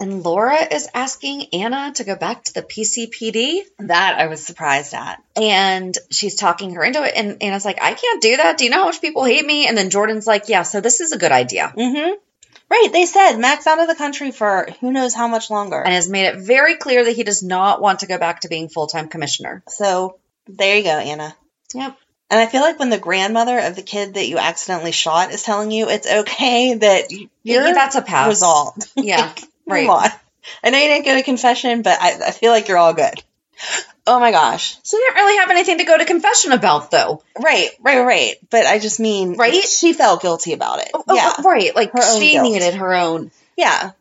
[SPEAKER 1] And Laura is asking Anna to go back to the PCPD
[SPEAKER 2] That I was surprised at.
[SPEAKER 1] and she's talking her into it. And Anna's like, I can't do that. Do you know how much people hate me? And then Jordan's like, Yeah, so this is a good idea.
[SPEAKER 2] Mm-hmm. Right. They said Max out of the country for who knows how much longer.
[SPEAKER 1] And has made it very clear that he does not want to go back to being full time commissioner.
[SPEAKER 2] So there you go, Anna.
[SPEAKER 1] Yep.
[SPEAKER 2] And I feel like when the grandmother of the kid that you accidentally shot is telling you it's okay that y- you're
[SPEAKER 1] Yeah, that's a pass.
[SPEAKER 2] resolved.
[SPEAKER 1] Yeah.
[SPEAKER 2] Right.
[SPEAKER 1] *laughs* right.
[SPEAKER 2] Come on. I know you didn't go to confession, but I, I feel like you're all good. *gasps* Oh my gosh.
[SPEAKER 1] She didn't really have anything to go to confession about though.
[SPEAKER 2] Right, right, right. But I just mean,
[SPEAKER 1] Right?
[SPEAKER 2] She felt guilty about it.
[SPEAKER 1] Oh,
[SPEAKER 2] yeah,
[SPEAKER 1] Right. Like
[SPEAKER 2] uh, Her own
[SPEAKER 1] she
[SPEAKER 2] guilt.
[SPEAKER 1] needed her own.
[SPEAKER 2] yeah,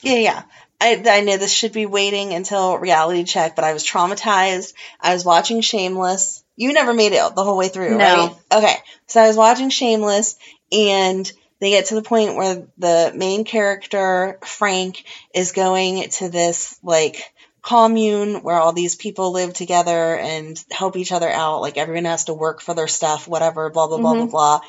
[SPEAKER 2] yeah, yeah. I, I know this should be waiting until reality check, but I was traumatized. I was watching Shameless. You never made it the whole way through,
[SPEAKER 1] No.
[SPEAKER 2] right? Okay. So I was watching Shameless, and they get to the point where the main character, Frank, is going to this, like, commune where all these people live together and help each other out. Like, everyone has to work for their stuff, whatever, blah, blah, blah, blah, blah.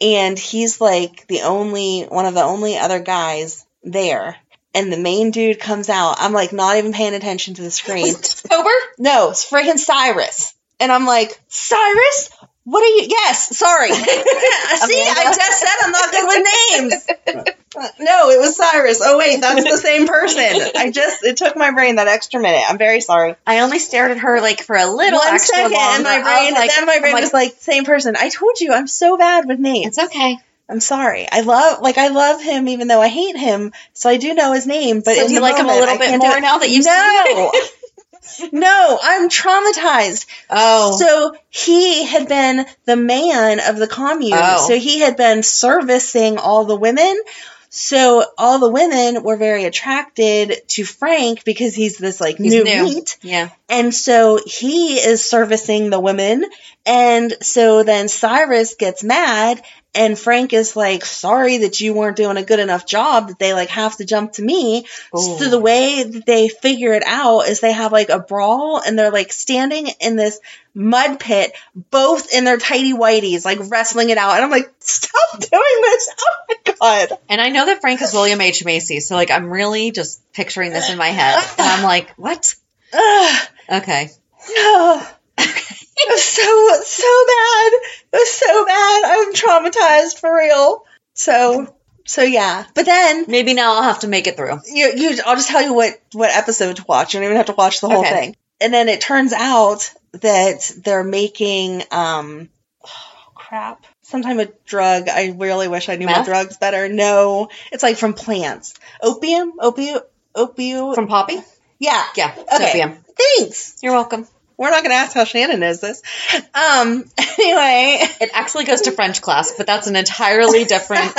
[SPEAKER 2] And he's, like, the only, one of the only other guys there. And the main dude comes out. I'm, like, not even paying attention to
[SPEAKER 1] *laughs*
[SPEAKER 2] the screen.
[SPEAKER 1] Over?
[SPEAKER 2] No, it's friggin' Cyrus. And I'm like, Cyrus? What are you? Yes,
[SPEAKER 1] *laughs*
[SPEAKER 2] sorry. *laughs* See, I just said I'm not good
[SPEAKER 1] *laughs*
[SPEAKER 2] with names. No, it was Cyrus. Oh, wait, that's the same person. I just, it took my brain that extra minute. I'm very sorry.
[SPEAKER 1] I only stared at her like for a little
[SPEAKER 2] One
[SPEAKER 1] extra
[SPEAKER 2] second,
[SPEAKER 1] longer.
[SPEAKER 2] and my
[SPEAKER 1] I
[SPEAKER 2] brain,
[SPEAKER 1] was like-
[SPEAKER 2] then my
[SPEAKER 1] I'm
[SPEAKER 2] brain
[SPEAKER 1] like,
[SPEAKER 2] was like, same person. I told you, I'm so bad with names.
[SPEAKER 1] it's okay.
[SPEAKER 2] I'm sorry. I love, like, I love him, even though I hate him. So I do know his name, but
[SPEAKER 1] So do
[SPEAKER 2] in the
[SPEAKER 1] you like him a
[SPEAKER 2] moment,
[SPEAKER 1] little
[SPEAKER 2] I
[SPEAKER 1] bit
[SPEAKER 2] can't do
[SPEAKER 1] more
[SPEAKER 2] it.
[SPEAKER 1] now that you've
[SPEAKER 2] no.
[SPEAKER 1] seen it?
[SPEAKER 2] *laughs* no, I'm traumatized.
[SPEAKER 1] Oh,
[SPEAKER 2] So he had been the man of the commune.
[SPEAKER 1] Oh.
[SPEAKER 2] So he had been servicing all the women. So all the women were very attracted to Frank because he's this like
[SPEAKER 1] He's
[SPEAKER 2] new,
[SPEAKER 1] new.
[SPEAKER 2] meat.
[SPEAKER 1] Yeah.
[SPEAKER 2] And so he is servicing the women. And so then Cyrus gets mad and Frank is like, sorry that you weren't doing a good enough job that they like have to jump to me. So the way that they figure it out is they have like a brawl and they're like standing in this mud pit, both in their tidy whities, like wrestling it out. And I'm like, stop doing this. Oh my God. *sighs*
[SPEAKER 1] And I know that Frank is William H. Macy, so like I'm really just picturing this in my head.
[SPEAKER 2] *laughs*
[SPEAKER 1] And I'm like, what?
[SPEAKER 2] Ugh.
[SPEAKER 1] Okay.
[SPEAKER 2] Oh, it was so so bad. It was so bad. I'm traumatized for real. So so yeah. But then
[SPEAKER 1] Maybe now I'll have to make it through.
[SPEAKER 2] you, you I'll just tell you what what episode to watch. You don't even have to watch the whole
[SPEAKER 1] Okay.
[SPEAKER 2] thing. And then it turns out that they're making um oh, crap. Some type of drug. I really wish I knew my
[SPEAKER 1] Meth?
[SPEAKER 2] drugs better. No, it's like from plants. Opium, opio, opio.
[SPEAKER 1] From Poppy?
[SPEAKER 2] yeah,
[SPEAKER 1] Yeah.
[SPEAKER 2] Okay.
[SPEAKER 1] Sophia.
[SPEAKER 2] Thanks
[SPEAKER 1] You're welcome.
[SPEAKER 2] we're not going to ask how Shannon knows this. Um, *laughs* anyway,
[SPEAKER 1] It actually goes to French class, but that's an entirely *laughs* different.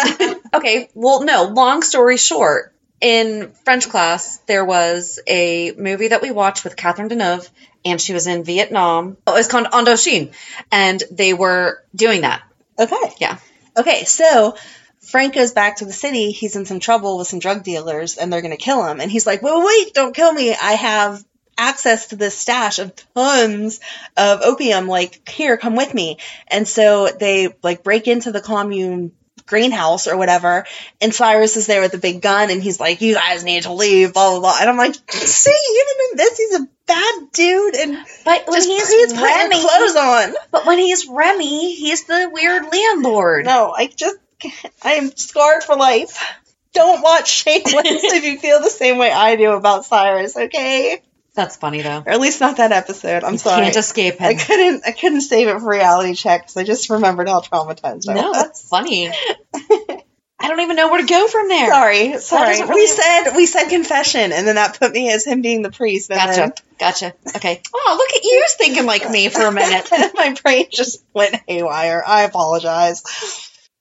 [SPEAKER 1] okay, well, no, long story short, in French class, there was a movie that we watched with Catherine Deneuve, and she was in Vietnam. Oh, it was called Andoshin, and they were doing that.
[SPEAKER 2] okay,
[SPEAKER 1] Yeah.
[SPEAKER 2] okay. So Frank goes back to the city. He's in some trouble with some drug dealers, and they're going to kill him. And he's like, "Well, wait, don't kill me. I have access to this stash of tons of opium. Like, here, come with me." And so they like break into the commune greenhouse or whatever. And Cyrus is there with a big gun and he's like, You guys need to leave, blah blah blah. And I'm like, *laughs* see, even in this he's a bad dude and
[SPEAKER 1] But when
[SPEAKER 2] just
[SPEAKER 1] he's
[SPEAKER 2] please put your
[SPEAKER 1] Remy,
[SPEAKER 2] clothes on.
[SPEAKER 1] but when he's Remy, he's the weird landlord.
[SPEAKER 2] No, I just can't. I am scarred for life. Don't watch Shameless if you feel the same way I do about Cyrus, okay?
[SPEAKER 1] That's funny though.
[SPEAKER 2] Or at least not that episode. I'm sorry.
[SPEAKER 1] Can't escape
[SPEAKER 2] I
[SPEAKER 1] him.
[SPEAKER 2] couldn't. I couldn't save it for reality check because I just remembered how traumatized I
[SPEAKER 1] No,
[SPEAKER 2] was.
[SPEAKER 1] that's *laughs* funny. I don't even know where to go from there.
[SPEAKER 2] Sorry, sorry.
[SPEAKER 1] doesn't
[SPEAKER 2] We
[SPEAKER 1] really-
[SPEAKER 2] said we said confession, and then that put me as him being the priest. And
[SPEAKER 1] Gotcha. Gotcha. Okay. Oh, look at you thinking like me for a minute.
[SPEAKER 2] Then *laughs* my brain just went haywire. I apologize.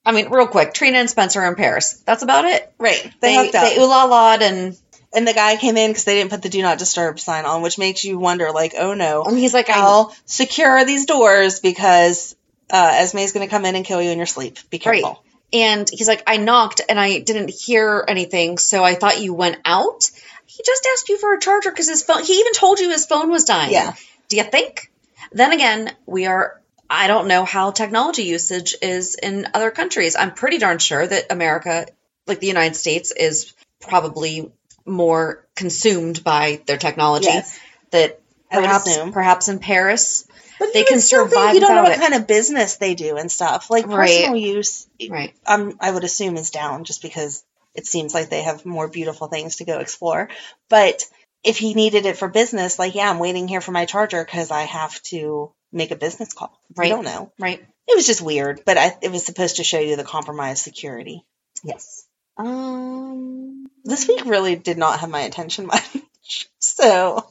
[SPEAKER 1] I mean, real quick, Trina and Spencer are in Paris. That's about it.
[SPEAKER 2] Right, they,
[SPEAKER 1] They
[SPEAKER 2] hooked up.
[SPEAKER 1] they ooh la la'd and,
[SPEAKER 2] and the guy came in because they didn't put the do not disturb sign on, which makes you wonder, like, oh no,
[SPEAKER 1] and he's like, I,
[SPEAKER 2] I'll secure these doors because uh, Esme's going to come in and kill you in your sleep. Be
[SPEAKER 1] Right.
[SPEAKER 2] careful.
[SPEAKER 1] and he's like, I knocked and I didn't hear anything, so I thought you went out. He just asked you for a charger because his phone. He even told you his phone was dying.
[SPEAKER 2] Yeah.
[SPEAKER 1] Do you think? Then again, we are. I don't know how technology usage is in other countries. I'm pretty darn sure that America, like the United States, is probably more consumed by their technology.
[SPEAKER 2] Yes.
[SPEAKER 1] That
[SPEAKER 2] I would
[SPEAKER 1] perhaps,
[SPEAKER 2] assume.
[SPEAKER 1] perhaps in Paris,
[SPEAKER 2] But
[SPEAKER 1] they
[SPEAKER 2] even
[SPEAKER 1] can
[SPEAKER 2] still,
[SPEAKER 1] survive
[SPEAKER 2] You don't know
[SPEAKER 1] without
[SPEAKER 2] what
[SPEAKER 1] it.
[SPEAKER 2] kind of business they do and stuff. Like
[SPEAKER 1] Right.
[SPEAKER 2] personal use,
[SPEAKER 1] right?
[SPEAKER 2] um, I would assume is down just because it seems like they have more beautiful things to go explore. But if he needed it for business, like yeah, I'm waiting here for my charger because I have to make a business call. I
[SPEAKER 1] Right.
[SPEAKER 2] don't know.
[SPEAKER 1] Right.
[SPEAKER 2] It was just weird, but I, it was supposed to show you the compromised security. Yes.
[SPEAKER 1] Um.
[SPEAKER 2] This week really did not have my attention *laughs* much. So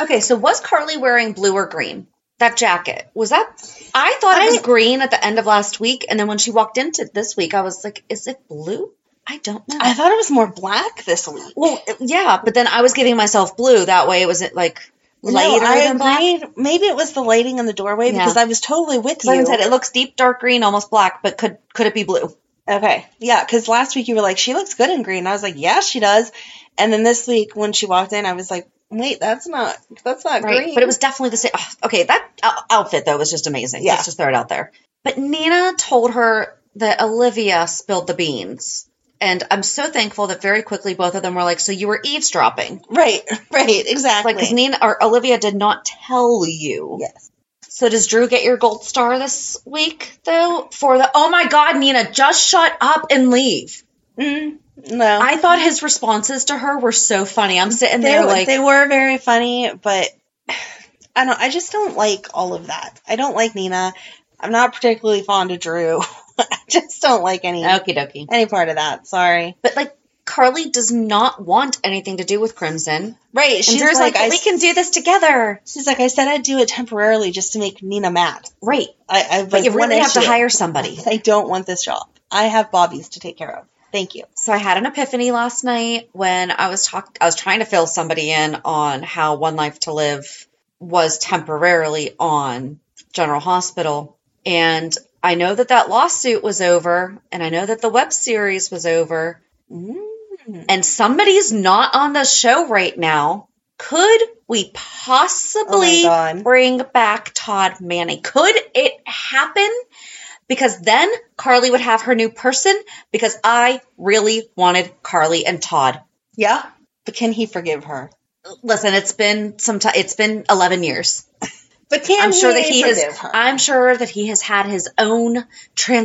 [SPEAKER 1] Okay, so was Carly wearing blue or green? That jacket was that? I thought it was
[SPEAKER 2] I-
[SPEAKER 1] green at the end of last week, and then when she walked into this week, I was like, "Is it blue?" I don't know.
[SPEAKER 2] I thought it was more black this week.
[SPEAKER 1] well, it- yeah, but then I was giving myself blue. That way, it was it like
[SPEAKER 2] No,
[SPEAKER 1] lighter
[SPEAKER 2] I
[SPEAKER 1] than black.
[SPEAKER 2] agreed. Maybe it was the lighting in the doorway
[SPEAKER 1] Yeah.
[SPEAKER 2] because I was totally with you.
[SPEAKER 1] Someone said it looks deep dark green, almost black, but could could it be blue?
[SPEAKER 2] Okay. Yeah, because last week you were like, she looks good in green. I was like, yeah, she does. And then this week when she walked in, I was like, wait, that's not that's not green.
[SPEAKER 1] But it was definitely the same. ugh, okay, that ou- outfit though was just amazing.
[SPEAKER 2] Yeah.
[SPEAKER 1] Let's just throw it out there. But Nina told her that Olivia spilled the beans. And I'm so thankful that very quickly both of them were like, so you were eavesdropping.
[SPEAKER 2] right, *laughs* right, exactly.
[SPEAKER 1] Like, because Nina or Olivia did not tell you.
[SPEAKER 2] yes.
[SPEAKER 1] So does Drew get your gold star this week though? For the oh my god, Nina, just shut up and leave.
[SPEAKER 2] No.
[SPEAKER 1] I thought his responses to her were so funny. I'm sitting
[SPEAKER 2] they
[SPEAKER 1] there
[SPEAKER 2] were
[SPEAKER 1] like
[SPEAKER 2] they were very funny, but *sighs* I don't I just don't like all of that. I don't like Nina. I'm not particularly fond of Drew. *laughs* I just don't like any
[SPEAKER 1] okie dokie.
[SPEAKER 2] any part of that. Sorry.
[SPEAKER 1] But like Carly does not want anything to do with Crimson.
[SPEAKER 2] Right.
[SPEAKER 1] And
[SPEAKER 2] She's
[SPEAKER 1] Drew's like,
[SPEAKER 2] like, I,
[SPEAKER 1] we can do this together.
[SPEAKER 2] she's like, I said I'd do it temporarily just to make Nina mad.
[SPEAKER 1] Right.
[SPEAKER 2] I, I was
[SPEAKER 1] But you
[SPEAKER 2] one
[SPEAKER 1] really have to
[SPEAKER 2] issue.
[SPEAKER 1] hire somebody.
[SPEAKER 2] I don't want this job. I have Bobby's to take care of. Thank you.
[SPEAKER 1] So I had an epiphany last night when I was talk I was trying to fill somebody in on how One Life to Live was temporarily on General Hospital and I know that that lawsuit was over and I know that the web series was over
[SPEAKER 2] Mm.
[SPEAKER 1] and somebody's not on the show right now. Could we possibly
[SPEAKER 2] Oh my God.
[SPEAKER 1] bring back Todd Manning? Could it happen? Because then Carly would have her new person because I really wanted Carly and Todd.
[SPEAKER 2] Yeah. But can he forgive her?
[SPEAKER 1] Listen, it's been some time. It's been 11 years.
[SPEAKER 2] But can
[SPEAKER 1] I'm sure
[SPEAKER 2] he
[SPEAKER 1] that he
[SPEAKER 2] forgive
[SPEAKER 1] has
[SPEAKER 2] her?
[SPEAKER 1] I'm sure that he has had his own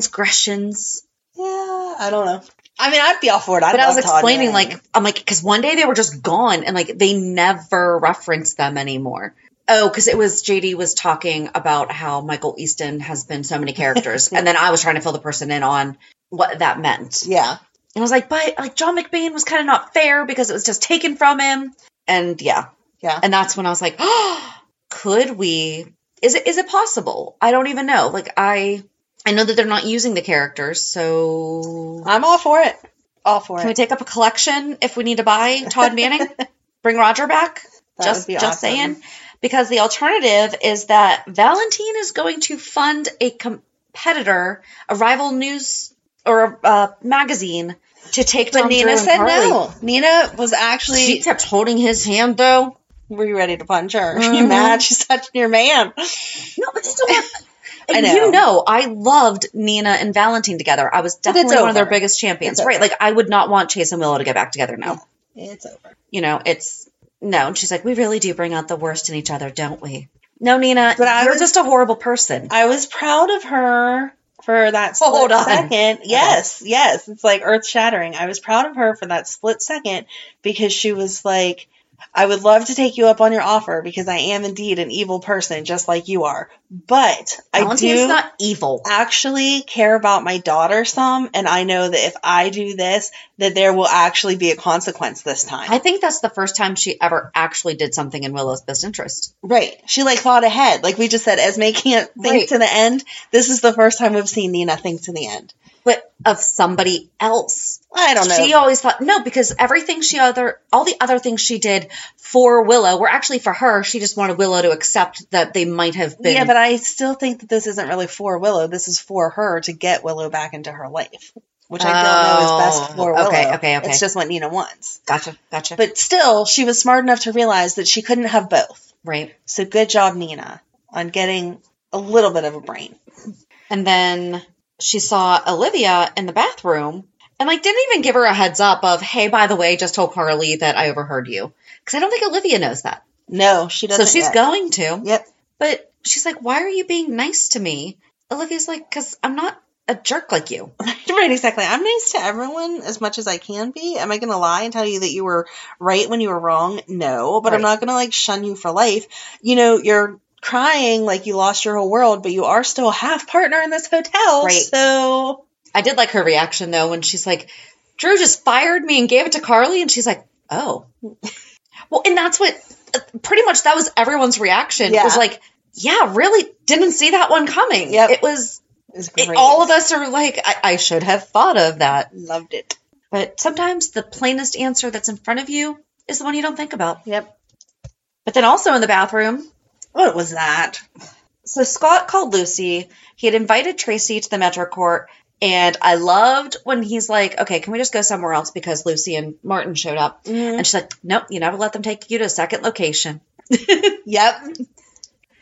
[SPEAKER 1] transgressions.
[SPEAKER 2] yeah, I don't know. I mean, I'd be all for it. I
[SPEAKER 1] but I was
[SPEAKER 2] love Todd
[SPEAKER 1] explaining,
[SPEAKER 2] Manning.
[SPEAKER 1] like, I'm like, because one day they were just gone and like they never referenced them anymore. Oh, because it was JD was talking about how Michael Easton has been so many
[SPEAKER 2] *laughs*
[SPEAKER 1] characters, and then I was trying to fill the person in on what that meant.
[SPEAKER 2] yeah.
[SPEAKER 1] And I was like, but like John McBain was kind of not fair because it was just taken from him, and yeah,
[SPEAKER 2] Yeah.
[SPEAKER 1] and that's when I was like, oh, could we? Is it is it possible? I don't even know. Like I, I know that they're not using the characters, so
[SPEAKER 2] I'm all for it. All for
[SPEAKER 1] can we
[SPEAKER 2] it.
[SPEAKER 1] take up a collection if we need to buy Todd *laughs* Manning? Bring Roger back?
[SPEAKER 2] That
[SPEAKER 1] just
[SPEAKER 2] would be
[SPEAKER 1] just
[SPEAKER 2] awesome.
[SPEAKER 1] saying. Because the alternative is that Valentine is going to fund a competitor, a rival news or a uh, magazine to take
[SPEAKER 2] But
[SPEAKER 1] down Drew
[SPEAKER 2] Nina
[SPEAKER 1] and
[SPEAKER 2] said
[SPEAKER 1] Carly.
[SPEAKER 2] no. Nina was actually.
[SPEAKER 1] She kept holding his hand though.
[SPEAKER 2] were you ready to punch her? Are you mad? She's touching your man.
[SPEAKER 1] Mm-hmm. No, but still,
[SPEAKER 2] *laughs*
[SPEAKER 1] I
[SPEAKER 2] know.
[SPEAKER 1] you know, I loved Nina and Valentine together. I was
[SPEAKER 2] it's
[SPEAKER 1] definitely one of their
[SPEAKER 2] over.
[SPEAKER 1] biggest champions,
[SPEAKER 2] It's
[SPEAKER 1] right?
[SPEAKER 2] over.
[SPEAKER 1] Like I would not want Chase and Willow to get back together now.
[SPEAKER 2] It's over.
[SPEAKER 1] you know, it's no. And she's like, we really do bring out the worst in each other, don't we? No, Nina,
[SPEAKER 2] But I
[SPEAKER 1] you're
[SPEAKER 2] was-
[SPEAKER 1] just a horrible person.
[SPEAKER 2] I was proud of her for that split
[SPEAKER 1] Hold on.
[SPEAKER 2] second. Yes, yes. It's like earth shattering. I was proud of her for that split second because she was like, I would love to take you up on your offer because I am indeed an evil person, just like you are. But I
[SPEAKER 1] Valentine's
[SPEAKER 2] do
[SPEAKER 1] not evil.
[SPEAKER 2] actually care about my daughter some, and I know that if I do this, that there will actually be a consequence this time.
[SPEAKER 1] I think that's the first time she ever actually did something in Willow's best interest.
[SPEAKER 2] Right. She like thought ahead. Like we just said, Esme can't think
[SPEAKER 1] Right.
[SPEAKER 2] to the end. This is the first time we've seen Nina think to the end.
[SPEAKER 1] But of somebody else.
[SPEAKER 2] I don't know.
[SPEAKER 1] She always thought no, because everything she other all the other things she did for Willow were actually for her. She just wanted Willow to accept that they might have been
[SPEAKER 2] yeah, but I still think that this isn't really for Willow. This is for her to get Willow back into her life, which I don't know is best
[SPEAKER 1] Oh,
[SPEAKER 2] for Willow.
[SPEAKER 1] okay, okay, okay.
[SPEAKER 2] It's just what Nina wants.
[SPEAKER 1] gotcha, gotcha.
[SPEAKER 2] But still, she was smart enough to realize that she couldn't have both.
[SPEAKER 1] right.
[SPEAKER 2] So good job, Nina, on getting a little bit of a brain.
[SPEAKER 1] And then she saw Olivia in the bathroom and like didn't even give her a heads up of, hey, by the way, just told Carly that I overheard you. Because I don't think Olivia knows that.
[SPEAKER 2] No, she
[SPEAKER 1] So
[SPEAKER 2] doesn't.
[SPEAKER 1] she's
[SPEAKER 2] yet.
[SPEAKER 1] going to.
[SPEAKER 2] Yep.
[SPEAKER 1] But she's like, why are you being nice to me? Olivia's like, because I'm not a jerk like you.
[SPEAKER 2] Right, exactly. I'm nice to everyone as much as I can be. Am I going to lie and tell you that you were right when you were wrong? No, but I'm
[SPEAKER 1] Right.
[SPEAKER 2] not going to like shun you for life. You know, you're crying like you lost your whole world, but you are still half partner in this hotel.
[SPEAKER 1] Right.
[SPEAKER 2] So,
[SPEAKER 1] I did like her reaction though when she's like, Drew just fired me and gave it to Carly. And she's like, oh. *laughs* well, and that's what uh, pretty much that was everyone's reaction. It was
[SPEAKER 2] Yeah.
[SPEAKER 1] like, yeah, really didn't see that one coming.
[SPEAKER 2] Yep.
[SPEAKER 1] It was
[SPEAKER 2] it's
[SPEAKER 1] it-
[SPEAKER 2] great.
[SPEAKER 1] all of us are like, I, I should have thought of that.
[SPEAKER 2] loved it.
[SPEAKER 1] But sometimes the plainest answer that's in front of you is the one you don't think about.
[SPEAKER 2] Yep.
[SPEAKER 1] But then also in the bathroom,
[SPEAKER 2] What was that?
[SPEAKER 1] so Scott called Lucy. He had invited Tracy to the Metro Court. And I loved when he's like, okay, can we just go somewhere else because Lucy and Martin showed up? And she's like, nope, you never let them take you to a second location.
[SPEAKER 2] Yep.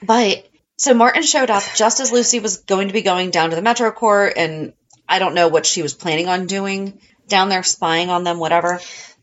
[SPEAKER 1] But so Martin showed up just as Lucy was going to be going down to the Metro Court, and I don't know what she was planning on doing down there, spying on them, whatever.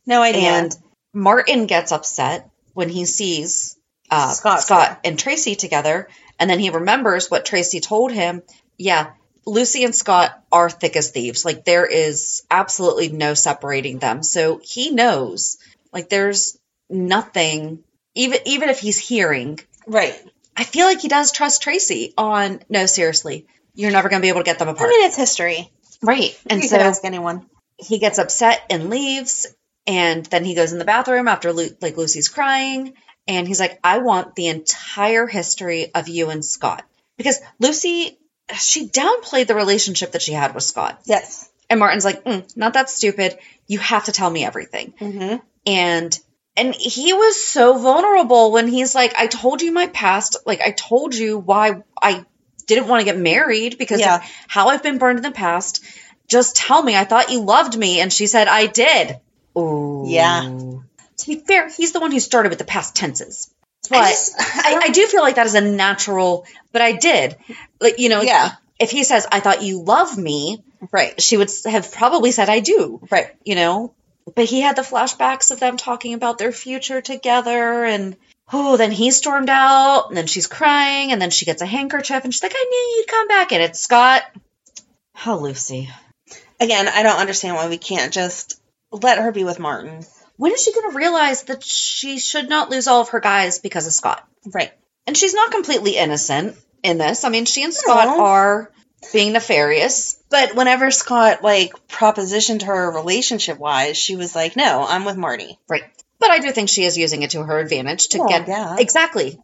[SPEAKER 2] No idea.
[SPEAKER 1] And Martin gets upset when he sees uh, Scott,
[SPEAKER 2] Scott's
[SPEAKER 1] and Tracy together, and then he remembers what Tracy told him. Yeah, Lucy and Scott are thick as thieves. Like there is absolutely no separating them. So he knows. Like there's nothing. Even even if he's hearing
[SPEAKER 2] right.
[SPEAKER 1] I feel like he does trust Tracy on no, seriously, you're never going to be able to get them
[SPEAKER 2] I
[SPEAKER 1] apart.
[SPEAKER 2] mean, it's history.
[SPEAKER 1] right. And
[SPEAKER 2] you
[SPEAKER 1] so
[SPEAKER 2] can ask anyone.
[SPEAKER 1] he gets upset and leaves. And then he goes in the bathroom after Lu- like Lucy's crying. And he's like, I want the entire history of you and Scott. Because Lucy, she downplayed the relationship that she had with Scott.
[SPEAKER 2] Yes.
[SPEAKER 1] And Martin's like, mm, not that stupid. You have to tell me everything.
[SPEAKER 2] Mhm.
[SPEAKER 1] And and he was so vulnerable when he's like, I told you my past. Like I told you why I didn't want to get married because
[SPEAKER 2] Yeah.
[SPEAKER 1] of how I've been burned in the past. Just tell me. I thought you loved me. And she said, I did. Ooh.
[SPEAKER 2] Yeah.
[SPEAKER 1] To be fair, he's the one who started with the past tenses. But
[SPEAKER 2] I
[SPEAKER 1] I,
[SPEAKER 2] just-
[SPEAKER 1] I, do feel like that is a natural, but I did. Like, you know,
[SPEAKER 2] Yeah.
[SPEAKER 1] if he says, I thought you love me,
[SPEAKER 2] Right.
[SPEAKER 1] she would s- have probably said, I do.
[SPEAKER 2] Right.
[SPEAKER 1] You know? But he had the flashbacks of them talking about their future together and oh, then he stormed out and then she's crying and then she gets a handkerchief and she's like, I knew you'd come back and it's Scott. Oh, Lucy.
[SPEAKER 2] Again, I don't understand why we can't just let her be with Martin.
[SPEAKER 1] When is she gonna realize that she should not lose all of her guys because of Scott?
[SPEAKER 2] Right.
[SPEAKER 1] And she's not completely innocent in this. I mean, she and Scott
[SPEAKER 2] No.
[SPEAKER 1] are being nefarious.
[SPEAKER 2] But whenever Scott like propositioned her relationship wise, she was like, "No, I'm with Marty."
[SPEAKER 1] Right. But I do think she is using it to her advantage to
[SPEAKER 2] Well,
[SPEAKER 1] get
[SPEAKER 2] yeah.
[SPEAKER 1] exactly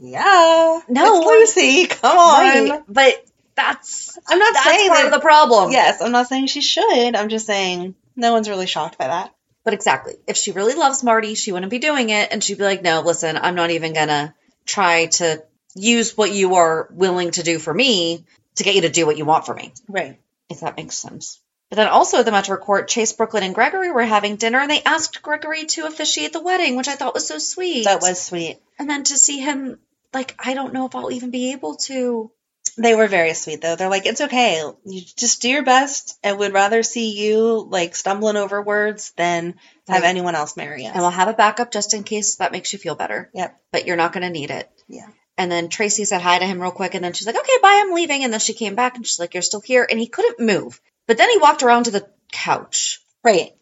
[SPEAKER 2] Yeah.
[SPEAKER 1] No.
[SPEAKER 2] It's Lucy, come on.
[SPEAKER 1] Right, But that's
[SPEAKER 2] I'm not
[SPEAKER 1] that's
[SPEAKER 2] saying
[SPEAKER 1] part
[SPEAKER 2] that-
[SPEAKER 1] of the problem.
[SPEAKER 2] Um, Yes, I'm not saying she should. I'm just saying no one's really shocked by that.
[SPEAKER 1] But exactly. If she really loves Marty, she wouldn't be doing it and she'd be like, No, listen, I'm not even gonna try to use what you are willing to do for me to get you to do what you want for me.
[SPEAKER 2] Right.
[SPEAKER 1] If that makes sense. But then also at the Metro Court, Chase Brooklyn and Gregory were having dinner and they asked Gregory to officiate the wedding, which I thought was so sweet.
[SPEAKER 2] That was sweet.
[SPEAKER 1] and then to see him like, I don't know if I'll even be able to
[SPEAKER 2] They were very sweet though. They're like, "It's okay. You just do your best, and would rather see you like stumbling over words than have
[SPEAKER 1] Right.
[SPEAKER 2] anyone else marry us."
[SPEAKER 1] and we'll have a backup just in case that makes you feel better.
[SPEAKER 2] yep.
[SPEAKER 1] But you're not gonna need it.
[SPEAKER 2] Yeah.
[SPEAKER 1] And then Tracy said hi to him real quick. And then she's like, okay, bye, I'm leaving. And then she came back and she's like, you're still here. And he couldn't move. But then he walked around to the couch.
[SPEAKER 2] Right.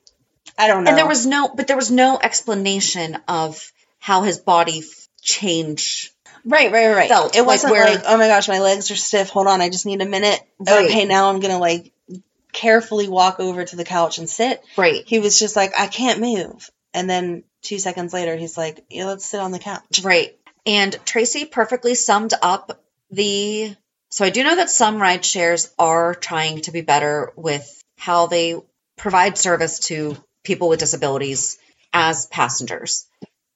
[SPEAKER 2] I don't know.
[SPEAKER 1] And there was no, but there was no explanation of how his body f- change.
[SPEAKER 2] Right, right, right.
[SPEAKER 1] felt,
[SPEAKER 2] it
[SPEAKER 1] like,
[SPEAKER 2] wasn't like,
[SPEAKER 1] where-
[SPEAKER 2] oh my gosh, my legs are stiff. Hold on, I just need a minute.
[SPEAKER 1] Right.
[SPEAKER 2] Okay, now I'm gonna like carefully walk over to the couch and sit.
[SPEAKER 1] Right.
[SPEAKER 2] He was just like, I can't move. And then two seconds later, he's like, yeah, let's sit on the couch.
[SPEAKER 1] Right. And Tracy perfectly summed up the. So I do know that some ride shares are trying to be better with how they provide service to people with disabilities as passengers.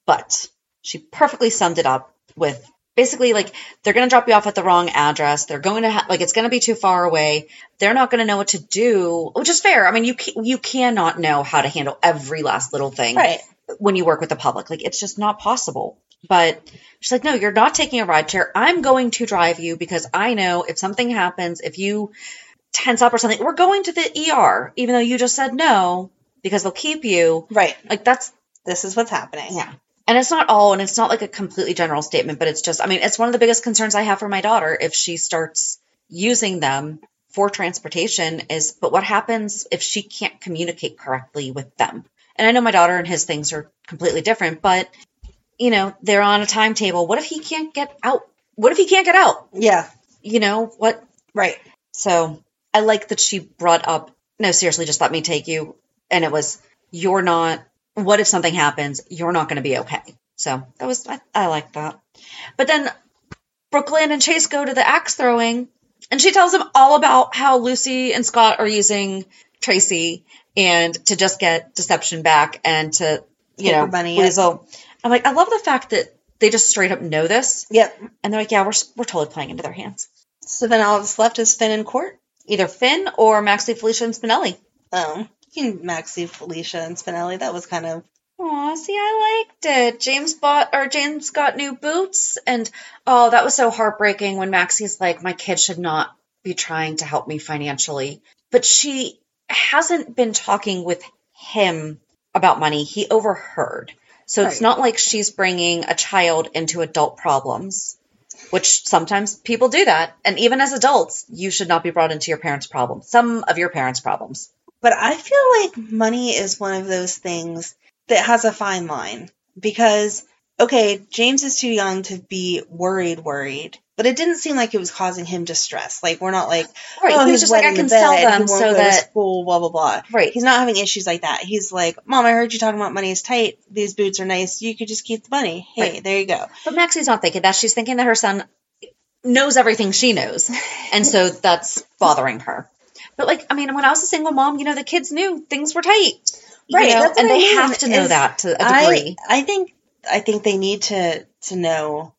[SPEAKER 1] But she perfectly summed it up with basically like they're going to drop you off at the wrong address. They're going to ha- like it's going to be too far away. They're not going to know what to do, which is fair. I mean, you ca- you cannot know how to handle every last little thing
[SPEAKER 2] Right.
[SPEAKER 1] when you work with the public. Like it's just not possible. But she's like, no, you're not taking a ride share. I'm going to drive you because I know if something happens, if you tense up or something, we're going to the ER, even though you just said no because they'll keep you.
[SPEAKER 2] Right.
[SPEAKER 1] Like that's
[SPEAKER 2] This is what's happening.
[SPEAKER 1] yeah. And it's not all, and it's not like a completely general statement, but it's just, I mean, it's one of the biggest concerns I have for my daughter if she starts using them for transportation is, but what happens if she can't communicate correctly with them? And I know my daughter and his things are completely different, but, you know, they're on a timetable. What if he can't get out? What if he can't get out?
[SPEAKER 2] Yeah.
[SPEAKER 1] You know, what?
[SPEAKER 2] Right.
[SPEAKER 1] So I like that she brought up, no, seriously, just let me take you. And it was, you're not, what if something happens? You're not going to be okay. So that was, I, I like that. But then Brooklyn and Chase go to the axe throwing, and she tells them all about how Lucy and Scott are using Tracy and to just get deception back and to, you know,
[SPEAKER 2] Paper money, yeah.
[SPEAKER 1] weasel. I'm like, I love the fact that they just straight up know this.
[SPEAKER 2] Yep.
[SPEAKER 1] And they're like, yeah, we're, we're totally playing into their hands
[SPEAKER 2] So then all that's left is Finn in court.
[SPEAKER 1] either Finn or Maxie, Felicia, and Spinelli.
[SPEAKER 2] Oh, you can Maxie, Felicia, and Spinelli. That was kind of
[SPEAKER 1] Aw, see, I liked it. James bought or James got new boots, and oh, that was so heartbreaking when Maxie's like, "My kid should not be trying to help me financially," but she hasn't been talking with him about money. He overheard, so it's
[SPEAKER 2] Right.
[SPEAKER 1] not like she's bringing a child into adult problems, which sometimes people do that. And even as adults, you should not be brought into your parents' problems. Some of your parents' problems.
[SPEAKER 2] But I feel like money is one of those things that has a fine line because, okay, James is too young to be worried, worried, but it didn't seem like it was causing him distress. Like, we're not like,
[SPEAKER 1] Right.
[SPEAKER 2] oh,
[SPEAKER 1] he was
[SPEAKER 2] he's
[SPEAKER 1] just like,
[SPEAKER 2] wet
[SPEAKER 1] I
[SPEAKER 2] in the
[SPEAKER 1] can sell
[SPEAKER 2] bed, he
[SPEAKER 1] them
[SPEAKER 2] won't
[SPEAKER 1] so
[SPEAKER 2] go to
[SPEAKER 1] that.
[SPEAKER 2] school, blah, blah, blah.
[SPEAKER 1] Right.
[SPEAKER 2] He's not having issues like that. He's like, Mom, I heard you talking about money is tight. These boots are nice. You could just keep the money. Hey,
[SPEAKER 1] Right.
[SPEAKER 2] there you go.
[SPEAKER 1] But Maxie's not thinking that. She's *laughs* thinking that her son knows everything she knows. And so that's bothering her. But like, I mean, when I was a single mom, you know, the kids knew things were tight. you
[SPEAKER 2] Right,
[SPEAKER 1] know,
[SPEAKER 2] that's what
[SPEAKER 1] and
[SPEAKER 2] I
[SPEAKER 1] they
[SPEAKER 2] mean,
[SPEAKER 1] have to know
[SPEAKER 2] is
[SPEAKER 1] that to a
[SPEAKER 2] I,
[SPEAKER 1] degree.
[SPEAKER 2] I think I think they need to to know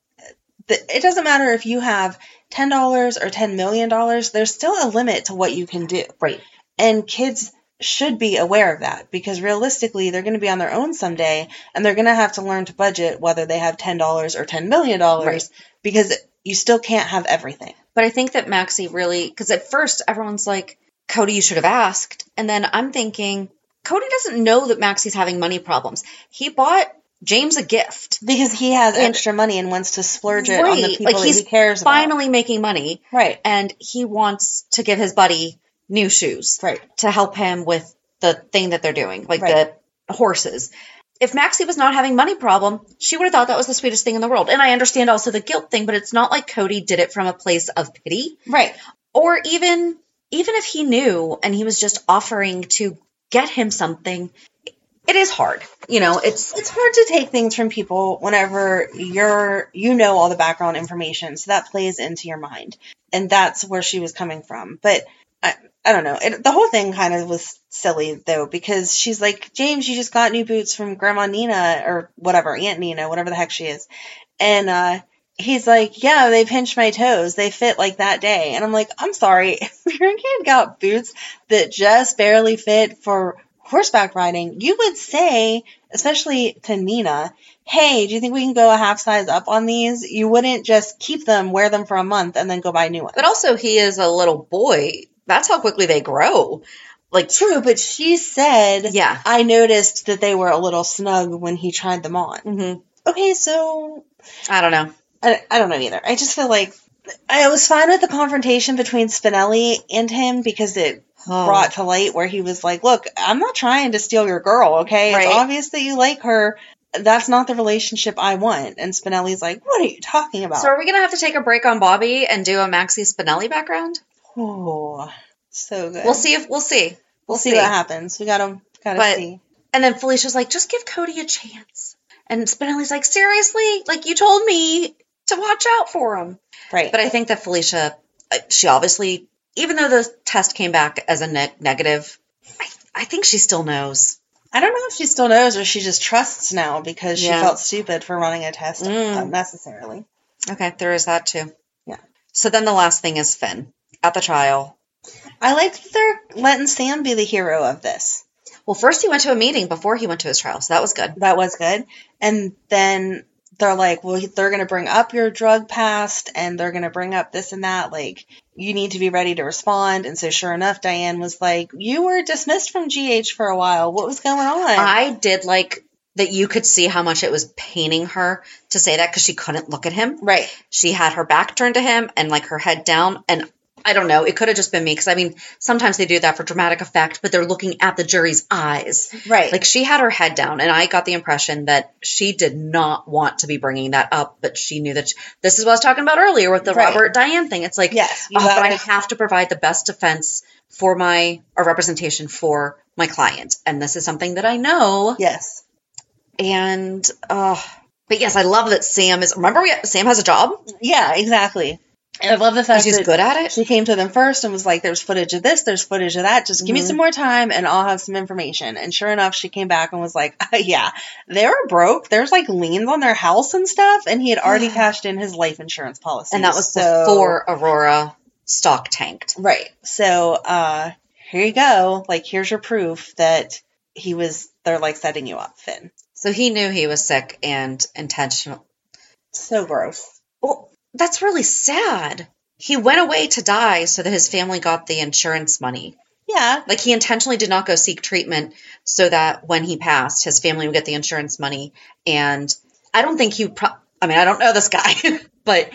[SPEAKER 2] that it doesn't matter if you have ten dollars or ten million dollars. There's still a limit to what you can do,
[SPEAKER 1] right.
[SPEAKER 2] and kids should be aware of that because realistically, they're going to be on their own someday, and they're going to have to learn to budget whether they have ten dollars or ten million dollars
[SPEAKER 1] Right.
[SPEAKER 2] because you still can't have everything.
[SPEAKER 1] But I think that Maxie really, because at first everyone's like, Cody, you should have asked. And then I'm thinking, Cody doesn't know that Maxie's having money problems. He bought James a gift.
[SPEAKER 2] Because he has
[SPEAKER 1] And-
[SPEAKER 2] extra money and wants to splurge it on the people
[SPEAKER 1] like
[SPEAKER 2] that
[SPEAKER 1] he's
[SPEAKER 2] he cares about.
[SPEAKER 1] finally making money.
[SPEAKER 2] Right.
[SPEAKER 1] And he wants to give his buddy new shoes.
[SPEAKER 2] Right.
[SPEAKER 1] To help him with the thing that they're doing, like
[SPEAKER 2] Right.
[SPEAKER 1] the horses. If Maxie was not having money problem, she would have thought that was the sweetest thing in the world. And I understand also the guilt thing, but it's not like Cody did it from a place of pity
[SPEAKER 2] right.
[SPEAKER 1] or even even if he knew and he was just offering to get him something it is hard you know it's
[SPEAKER 2] it's hard to take things from people whenever you're you know all the background information so that plays into your mind and that's where she was coming from but i, I don't know it, the whole thing kind of was silly though because she's like james you just got new boots from grandma nina or whatever aunt nina whatever the heck she is and uh He's like, yeah, they pinched my toes. They fit like that day. And I'm like, I'm sorry. *laughs* If your kid got boots that just barely fit for horseback riding, you would say, especially to Nina, hey, do you think we can go a half size up on these? You wouldn't just keep them, wear them for a month, and then go buy new ones.
[SPEAKER 1] but also he is a little boy that's how quickly they grow like
[SPEAKER 2] True, but she said,
[SPEAKER 1] Yeah.
[SPEAKER 2] I noticed that they were a little snug when he tried them on.
[SPEAKER 1] mhm.
[SPEAKER 2] Okay, so
[SPEAKER 1] i don't know
[SPEAKER 2] I, I don't know either. I just feel like I was fine with the confrontation between Spinelli and him because it
[SPEAKER 1] Oh.
[SPEAKER 2] brought to light where he was like, "Look, I'm not trying to steal your girl. Okay,
[SPEAKER 1] Right.
[SPEAKER 2] it's obvious that you like her. That's not the relationship I want." And Spinelli's like, "What are you talking about?"
[SPEAKER 1] so are we gonna have to take a break on bobby and do a maxi spinelli background
[SPEAKER 2] oh, so good.
[SPEAKER 1] we'll see if we'll see we'll,
[SPEAKER 2] We'll see, what happens. We gotta gotta
[SPEAKER 1] But-
[SPEAKER 2] see.
[SPEAKER 1] and then felicia's like just give cody a chance and spinelli's like seriously like you told me to watch out for him
[SPEAKER 2] Right.
[SPEAKER 1] But I think that Felicia, uh, she obviously, even though the test came back as a ne- negative, I, I think she still knows.
[SPEAKER 2] I don't know if she still knows or she just trusts now because she
[SPEAKER 1] Yeah.
[SPEAKER 2] felt stupid for running a test
[SPEAKER 1] Mm.
[SPEAKER 2] unnecessarily.
[SPEAKER 1] Okay, there is that too.
[SPEAKER 2] Yeah.
[SPEAKER 1] So then the last thing is Finn at the trial.
[SPEAKER 2] I like that they're letting Sam be the hero of this.
[SPEAKER 1] Well, first he went to a meeting before he went to his trial, so that was good.
[SPEAKER 2] that was good. And then they're like, well, they're going to bring up your drug past and they're going to bring up this and that. Like, you need to be ready to respond. And so, sure enough, Diane was like, you were dismissed from GH for a while. What was going on?
[SPEAKER 1] I did like that you could see how much it was paining her to say that because she couldn't look at him.
[SPEAKER 2] right.
[SPEAKER 1] she had her back turned to him and like her head down and i don't know it could have just been me because i mean sometimes they do that for dramatic effect but they're looking at the jury's eyes
[SPEAKER 2] Right.
[SPEAKER 1] like she had her head down and i got the impression that she did not want to be bringing that up but she knew that she- this is what i was talking about earlier with the
[SPEAKER 2] Right.
[SPEAKER 1] robert diane thing it's like
[SPEAKER 2] Yes, you
[SPEAKER 1] oh, but i
[SPEAKER 2] gotta-
[SPEAKER 1] have to provide the best defense for my or representation for my client and this is something that i know
[SPEAKER 2] Yes.
[SPEAKER 1] and uh but yes i love that sam is remember we sam has a job
[SPEAKER 2] Yeah, exactly. And I love the
[SPEAKER 1] and
[SPEAKER 2] fact
[SPEAKER 1] she's
[SPEAKER 2] that
[SPEAKER 1] good at it
[SPEAKER 2] she came to them first and was like, there's footage of this, there's footage of that. Just give me
[SPEAKER 1] Mm-hmm.
[SPEAKER 2] some more time and I'll have some information. And sure enough, she came back and was like, *laughs* yeah, they were broke. There's like liens on their house and stuff. And he had
[SPEAKER 1] *sighs*
[SPEAKER 2] already cashed in his life insurance policy.
[SPEAKER 1] and that was
[SPEAKER 2] So-
[SPEAKER 1] before Aurora stock tanked.
[SPEAKER 2] Right. So uh, here you go. Like, here's your proof that he was, they're like setting you up, Finn.
[SPEAKER 1] So he knew he was sick and intentional.
[SPEAKER 2] So gross.
[SPEAKER 1] Well, that's really sad. He went away to die so that his family got the insurance money.
[SPEAKER 2] Yeah.
[SPEAKER 1] Like he intentionally did not go seek treatment so that when he passed, his family would get the insurance money. And I don't think he, pro- I mean, I don't know this guy, *laughs* but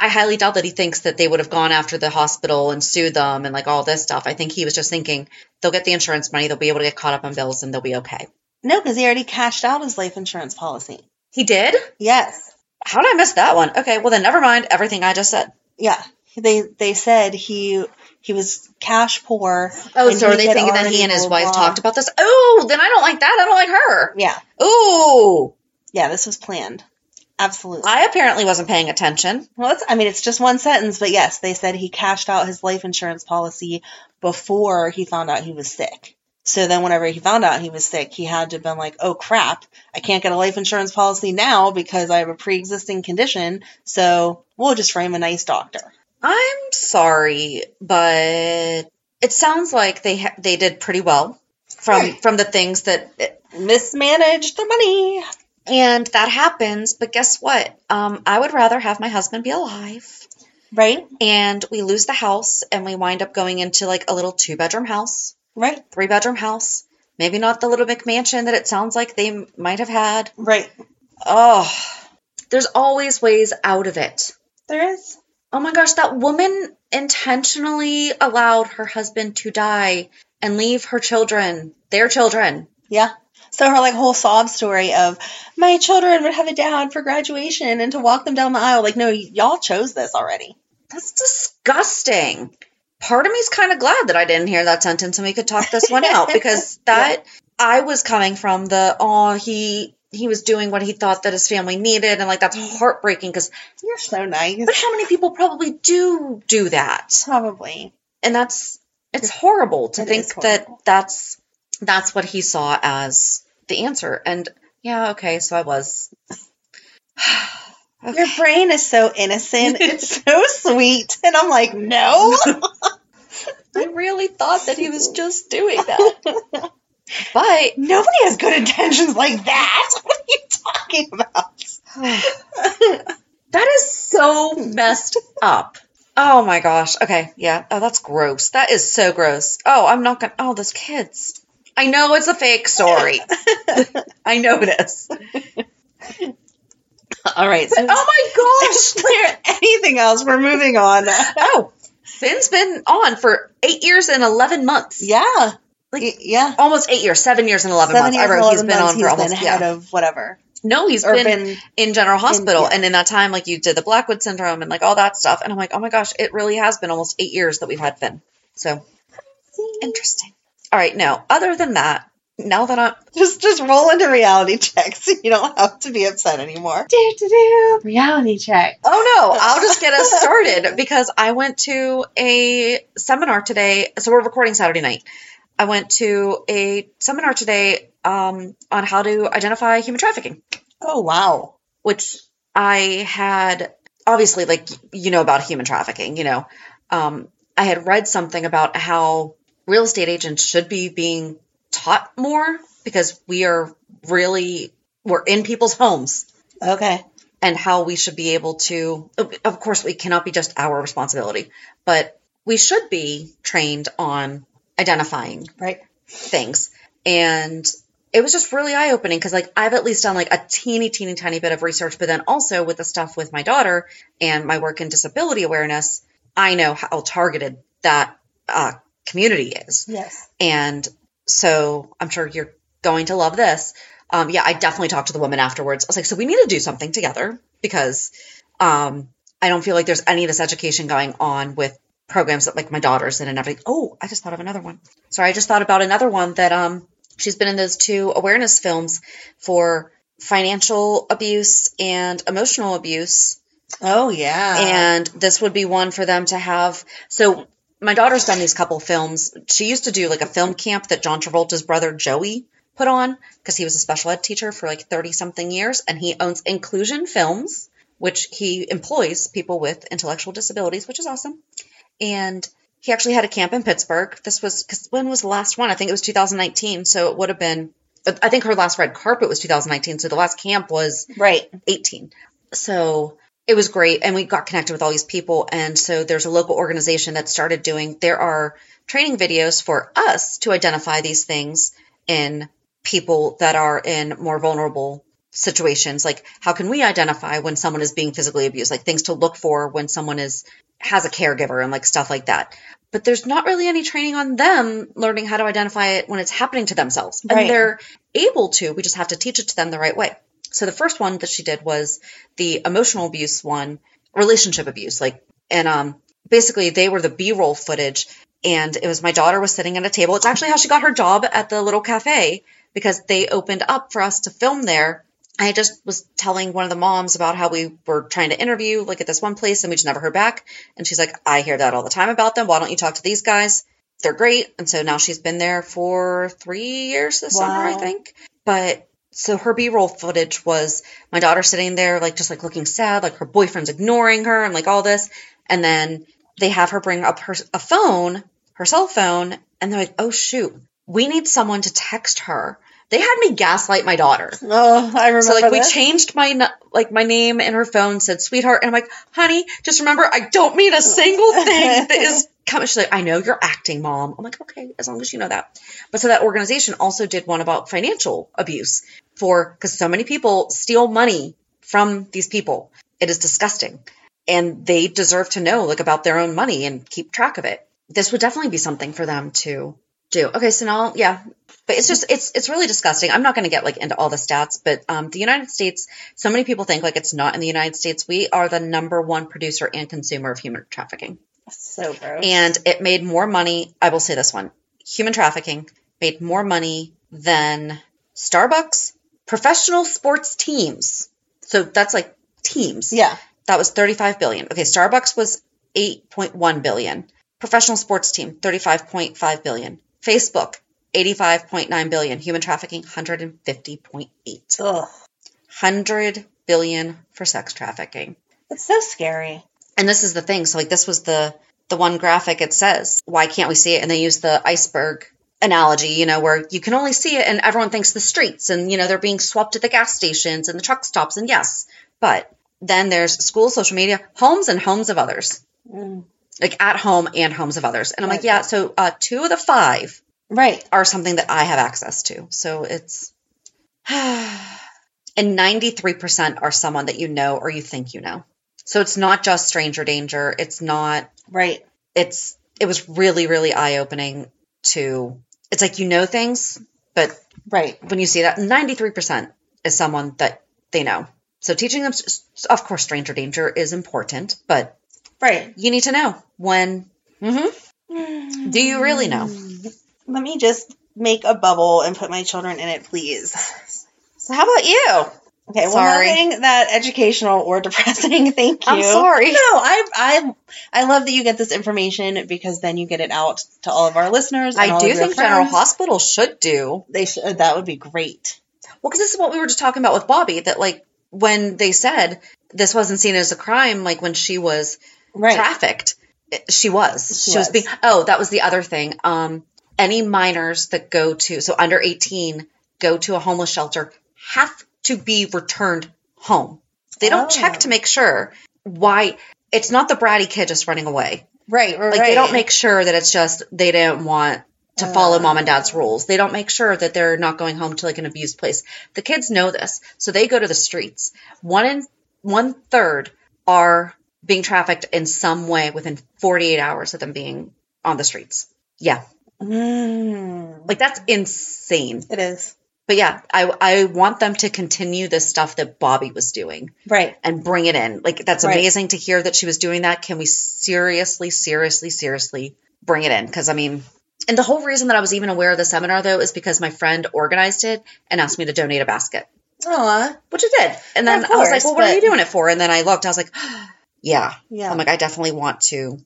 [SPEAKER 1] I highly doubt that he thinks that they would have gone after the hospital and sued them and like all this stuff. I think he was just thinking they'll get the insurance money, they'll be able to get caught up on bills, and they'll be okay.
[SPEAKER 2] No, because he already cashed out his life insurance policy.
[SPEAKER 1] He did?
[SPEAKER 2] Yes.
[SPEAKER 1] How did I miss that one? Okay, well then never mind everything I just said.
[SPEAKER 2] Yeah, they they said he he was cash poor.
[SPEAKER 1] Oh,
[SPEAKER 2] and
[SPEAKER 1] so
[SPEAKER 2] he
[SPEAKER 1] are they
[SPEAKER 2] had
[SPEAKER 1] thinking that
[SPEAKER 2] already
[SPEAKER 1] he and his
[SPEAKER 2] blah,
[SPEAKER 1] wife
[SPEAKER 2] blah.
[SPEAKER 1] talked about this? Oh, then I don't like that. I don't like her.
[SPEAKER 2] Yeah,
[SPEAKER 1] Ooh.
[SPEAKER 2] yeah, this was planned. Absolutely.
[SPEAKER 1] I apparently wasn't paying attention.
[SPEAKER 2] Well, it's, I mean, it's just one sentence, but yes, they said he cashed out his life insurance policy before he found out he was sick. So then, whenever he found out he was sick, he had to have been like, oh crap, I can't get a life insurance policy now because I have a pre existing condition. So we'll just frame a nice doctor.
[SPEAKER 1] I'm sorry, but it sounds like they ha- they did pretty well from
[SPEAKER 2] Right.
[SPEAKER 1] from the things that
[SPEAKER 2] Mismanaged the money.
[SPEAKER 1] and that happens. But guess what? Um, I would rather have my husband be alive,
[SPEAKER 2] Right?
[SPEAKER 1] and we lose the house, and we wind up going into like a little two bedroom house,
[SPEAKER 2] Right.
[SPEAKER 1] three bedroom house. Maybe not the little McMansion that it sounds like they m- might have had.
[SPEAKER 2] Right.
[SPEAKER 1] Oh, there's always ways out of it.
[SPEAKER 2] There is.
[SPEAKER 1] Oh my gosh, that woman intentionally allowed her husband to die and leave her children, their children.
[SPEAKER 2] Yeah. So her like whole sob story of my children would have a dad for graduation and to walk them down the aisle. Like, no, y- y'all chose this already.
[SPEAKER 1] That's disgusting. Part of me's kind of glad that I didn't hear that sentence and we could talk this one out because that I was coming from the oh he he was doing what he thought that his family needed and like that's heartbreaking because
[SPEAKER 2] You're so nice.
[SPEAKER 1] but how many people probably do do that?
[SPEAKER 2] *laughs* Probably.
[SPEAKER 1] and that's it's horrible to
[SPEAKER 2] It
[SPEAKER 1] think
[SPEAKER 2] is
[SPEAKER 1] that
[SPEAKER 2] horrible.
[SPEAKER 1] that's that's what he saw as the answer and yeah okay so i was
[SPEAKER 2] Your brain is so *laughs* innocent. it's so sweet. And I'm like, *laughs* no.
[SPEAKER 1] i really thought that he
[SPEAKER 2] *laughs*
[SPEAKER 1] was just doing that but
[SPEAKER 2] Nobody has good intentions like that. *laughs* What are you talking about?
[SPEAKER 1] that is so messed up oh my gosh okay yeah oh that's gross that is so gross oh i'm not gonna oh those kids i know it's a fake
[SPEAKER 2] *laughs*
[SPEAKER 1] story i know it is
[SPEAKER 2] All right. So
[SPEAKER 1] oh my
[SPEAKER 2] *laughs*
[SPEAKER 1] gosh
[SPEAKER 2] is there anything else? We're moving on.
[SPEAKER 1] Oh, Finn's been on for eight years and 11 months.
[SPEAKER 2] Yeah.
[SPEAKER 1] Like,
[SPEAKER 2] Y- yeah.
[SPEAKER 1] Almost eight years, seven years and 11
[SPEAKER 2] Seven
[SPEAKER 1] months. I
[SPEAKER 2] years,
[SPEAKER 1] wrote he's
[SPEAKER 2] 11
[SPEAKER 1] been
[SPEAKER 2] months,
[SPEAKER 1] on for
[SPEAKER 2] been
[SPEAKER 1] almost,
[SPEAKER 2] head
[SPEAKER 1] yeah.
[SPEAKER 2] of whatever.
[SPEAKER 1] No, he's
[SPEAKER 2] or
[SPEAKER 1] been,
[SPEAKER 2] been-
[SPEAKER 1] in general hospital.
[SPEAKER 2] yeah.
[SPEAKER 1] And in that time, like you did the Blackwood syndrome and like all that stuff. And I'm like, oh my gosh, it really has been almost eight years that we've had Finn. So interesting. All right. Now, other than that, now that I'm,
[SPEAKER 2] Just just roll into reality *laughs* checks. You don't have to be upset anymore. Do do do. Reality check.
[SPEAKER 1] Oh no, I'll just get us
[SPEAKER 2] *laughs*
[SPEAKER 1] started because I went to a seminar today. So we're recording Saturday night. I went to a seminar today um, on how to identify human trafficking,
[SPEAKER 2] Oh wow.
[SPEAKER 1] which I had obviously, like, you know, about human trafficking, you know. Um, I had read something about how real estate agents should be being taught more because we are really, we're in people's homes
[SPEAKER 2] Okay.
[SPEAKER 1] and how we should be able to of course we cannot be just our responsibility but we should be trained on identifying
[SPEAKER 2] Right.
[SPEAKER 1] things and it was just really eye opening because like I've at least done like a teeny teeny tiny bit of research but then also with the stuff with my daughter and my work in disability awareness I know how targeted that uh, community is
[SPEAKER 2] Yes.
[SPEAKER 1] and so I'm sure you're going to love this. Um, yeah, I definitely talked to the woman afterwards. I was like, so we need to do something together because um, I don't feel like there's any of this education going on with programs that like my daughter's in and everything. Oh, I just thought of another one. Sorry, I just thought about another one that um, she's been in those two awareness films for financial abuse and emotional abuse
[SPEAKER 2] Oh yeah.
[SPEAKER 1] and this would be one for them to have. So my daughter's done these couple films. She used to do like a film camp that John Travolta's brother Joey put on because he was a special ed teacher for like 30 something years and he owns Inclusion Films, which he employs people with intellectual disabilities, which is awesome. And he actually had a camp in Pittsburgh. This was because when was the last one? I think it was 2019. So it would have been, I think her last red carpet was 2019. So the last camp was
[SPEAKER 2] right.
[SPEAKER 1] 18. So it was great. And we got connected with all these people. And so there's a local organization that started doing, there are training videos for us to identify these things in people that are in more vulnerable situations. Like, how can we identify when someone is being physically abused? Like, things to look for when someone is, has a caregiver and like stuff like that. But there's not really any training on them learning how to identify it when it's happening to themselves.
[SPEAKER 2] Right.
[SPEAKER 1] And they're able to, we just have to teach it to them the right way. So the first one that she did was the emotional abuse one, relationship abuse, like, and um, basically they were the B-roll footage, and it was my daughter was sitting at a table. It's actually how she got her job at the little cafe because they opened up for us to film there, I just was telling one of the moms about how we were trying to interview, like at this one place, and we just never heard back. And she's like, I hear that all the time about them. Why don't you talk to these guys? They're great. And so now she's been there for three years this summer, I
[SPEAKER 2] Wow.
[SPEAKER 1] think. But so her B roll footage was my daughter sitting there, like just like looking sad, like her boyfriend's ignoring her and like all this. And then they have her bring up her a phone, her cell phone, and they're like, oh shoot, we need someone to text her. They had me gaslight my daughter.
[SPEAKER 2] Oh, I remember.
[SPEAKER 1] So like we
[SPEAKER 2] this.
[SPEAKER 1] changed my n- like my name and her phone said sweetheart and I'm like honey just remember I don't
[SPEAKER 2] *laughs*
[SPEAKER 1] mean a single thing that is coming. She's like I know you're acting mom. I'm like okay as long as you know that. But so that organization also did one about financial abuse for because so many people steal money from these people. It is disgusting and they deserve to know like about their own money and keep track of it. This would definitely be something for them to do. Okay, so now yeah, but it's just it's it's really disgusting. I'm not going to get like into all the stats, but um, the United States. So many people think like it's not in the United States. We are the number one producer and consumer of human trafficking,
[SPEAKER 2] So gross.
[SPEAKER 1] and it made more money. I will say this one: human trafficking made more money than Starbucks, professional sports teams. So that's like teams.
[SPEAKER 2] yeah.
[SPEAKER 1] That was 35 billion. Okay, Starbucks was 8.1 billion. Professional sports team 35.5 billion. Facebook 85.9 billion. Human trafficking 150.8.
[SPEAKER 2] Ugh.
[SPEAKER 1] 100 billion for sex trafficking.
[SPEAKER 2] It's so scary.
[SPEAKER 1] And this is the thing. So like this was the the one graphic it says, why can't we see it? And they use the iceberg analogy, you know, where you can only see it and everyone thinks the streets and you know they're being swapped at the gas stations and the truck stops and yes. But then there's school, social media, homes and homes of others
[SPEAKER 2] Mm.
[SPEAKER 1] like at home and homes of others. And I'm like,
[SPEAKER 2] Right.
[SPEAKER 1] yeah, so uh, two of the five
[SPEAKER 2] Right.
[SPEAKER 1] are something that I have access to. So it's, *sighs* and 93% are someone that you know or you think you know. So it's not just stranger danger. It's not,
[SPEAKER 2] Right.
[SPEAKER 1] it's, it was really, really eye opening to, it's like you know things, but
[SPEAKER 2] Right.
[SPEAKER 1] when you see that, 93% is someone that they know. So teaching them, s- s- of course, stranger danger is important, but
[SPEAKER 2] Right.
[SPEAKER 1] you need to know when. Mm-hmm. Do you really know?
[SPEAKER 2] Mm. Let me just make a bubble and put my children in it, please.
[SPEAKER 1] *laughs* So how about you?
[SPEAKER 2] Okay, well,
[SPEAKER 1] Sorry.
[SPEAKER 2] nothing that educational or *laughs* depressing. Thank you.
[SPEAKER 1] I'm sorry.
[SPEAKER 2] No, I, I, I love that you get this information because then you get it out to all of our listeners. and
[SPEAKER 1] I
[SPEAKER 2] all
[SPEAKER 1] do
[SPEAKER 2] of your
[SPEAKER 1] think General
[SPEAKER 2] friends.
[SPEAKER 1] Hospital should do.
[SPEAKER 2] They should. uh, That would be great.
[SPEAKER 1] Well, because this is what we were just talking about with Bobby that, like, when they said this wasn't seen as a crime, like when she was
[SPEAKER 2] Right.
[SPEAKER 1] trafficked, it- she was. She,
[SPEAKER 2] She
[SPEAKER 1] was.
[SPEAKER 2] was.
[SPEAKER 1] being, oh, that was the other thing. Um, any minors that go to, so under 18, go to a homeless shelter have to be returned home. They don't check
[SPEAKER 2] Oh.
[SPEAKER 1] to make sure why it's not the bratty kid just running away.
[SPEAKER 2] right. Right.
[SPEAKER 1] Like
[SPEAKER 2] right.
[SPEAKER 1] they don't make sure that it's just they didn't want to follow mom and dad's rules. They don't make sure that they're not going home to like an abused place. The kids know this, so they go to the streets. One in one third are being trafficked in some way within 48 hours of them being on the streets. Yeah,
[SPEAKER 2] Mm,
[SPEAKER 1] like that's insane.
[SPEAKER 2] it is.
[SPEAKER 1] But yeah, I I want them to continue this stuff that Bobby was doing
[SPEAKER 2] Right.
[SPEAKER 1] and bring it in. Like that's
[SPEAKER 2] Right.
[SPEAKER 1] amazing to hear that she was doing that. Can we seriously, seriously, seriously bring it in? Because I mean, and the whole reason that I was even aware of the seminar though is because my friend organized it and asked me to donate a basket,
[SPEAKER 2] Aw.
[SPEAKER 1] which I did. And then
[SPEAKER 2] Of
[SPEAKER 1] I was like,
[SPEAKER 2] course,
[SPEAKER 1] well, what are you
[SPEAKER 2] but-
[SPEAKER 1] doing it for? And then I looked, I was like, *gasps* yeah.
[SPEAKER 2] Yeah.
[SPEAKER 1] I'm like, I definitely want to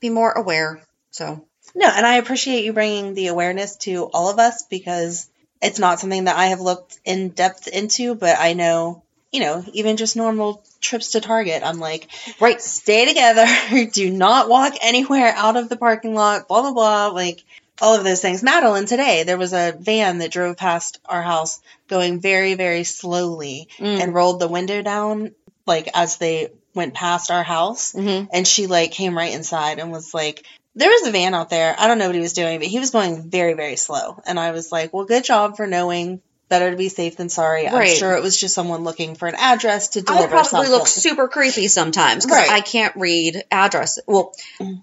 [SPEAKER 1] be more aware. So
[SPEAKER 2] No, and I appreciate you bringing the awareness to all of us because it's not something that I have looked in depth into, but I know, you know, even just normal trips to Target, I'm like,
[SPEAKER 1] right.
[SPEAKER 2] stay together, *laughs* do not walk anywhere out of the parking lot, blah, blah, blah, like all of those things. Madeline, today, there was a van that drove past our house going very, very slowly
[SPEAKER 1] Mm.
[SPEAKER 2] and rolled the window down, like as they went past our house
[SPEAKER 1] Mm-hmm.
[SPEAKER 2] and she like came right inside and was like there was a van out there i don't know what he was doing but he was going very very slow and i was like well good job for knowing better to be safe than sorry i'm
[SPEAKER 1] Right.
[SPEAKER 2] sure it was just someone looking for an address to
[SPEAKER 1] I
[SPEAKER 2] deliver
[SPEAKER 1] probably
[SPEAKER 2] something
[SPEAKER 1] look super creepy sometimes because
[SPEAKER 2] Right.
[SPEAKER 1] I can't read address. Well,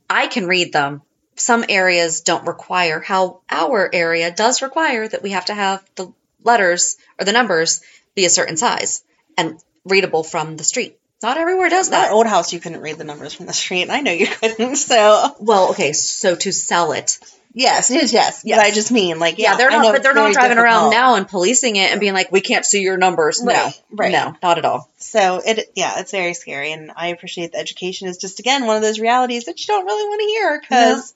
[SPEAKER 1] I can read them. Some areas don't require how our area does require that we have to have the letters or the numbers be a certain size and readable from the street. Not everywhere does
[SPEAKER 2] That
[SPEAKER 1] that.
[SPEAKER 2] old house, you couldn't read the numbers from the street. I know you couldn't. *laughs* So
[SPEAKER 1] Well, okay, so to sell it.
[SPEAKER 2] yes, yes, yes. yes. But I just mean like yeah,
[SPEAKER 1] Yeah, they're
[SPEAKER 2] I know
[SPEAKER 1] not but
[SPEAKER 2] it's
[SPEAKER 1] they're not
[SPEAKER 2] very
[SPEAKER 1] driving around
[SPEAKER 2] difficult.
[SPEAKER 1] now and policing it and being like, We can't see your numbers.
[SPEAKER 2] Right,
[SPEAKER 1] no.
[SPEAKER 2] right.
[SPEAKER 1] No, not at all.
[SPEAKER 2] So it yeah, it's very scary, and I appreciate the education is just again one of those realities that you don't really want to hear because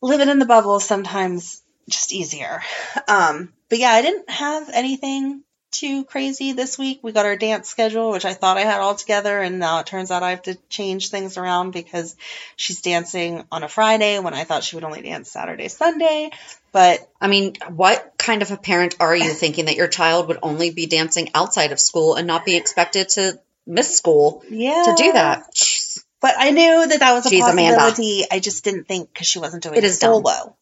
[SPEAKER 2] living in the bubble is sometimes just easier. Um, but yeah, I didn't have anything too crazy this week. We got our dance schedule, which I thought I had all together, and now it turns out I have to change things around because she's dancing on a Friday when I thought she would only dance Saturday, Sunday. But
[SPEAKER 1] I mean, what kind of a parent are you thinking that your child would only be dancing outside of school and not be expected to miss school
[SPEAKER 2] yeah,
[SPEAKER 1] to do that? Jeez.
[SPEAKER 2] But I knew that that was a
[SPEAKER 1] Jeez, Amanda.
[SPEAKER 2] possibility. I just didn't think because she wasn't doing
[SPEAKER 1] It
[SPEAKER 2] it
[SPEAKER 1] is
[SPEAKER 2] solo.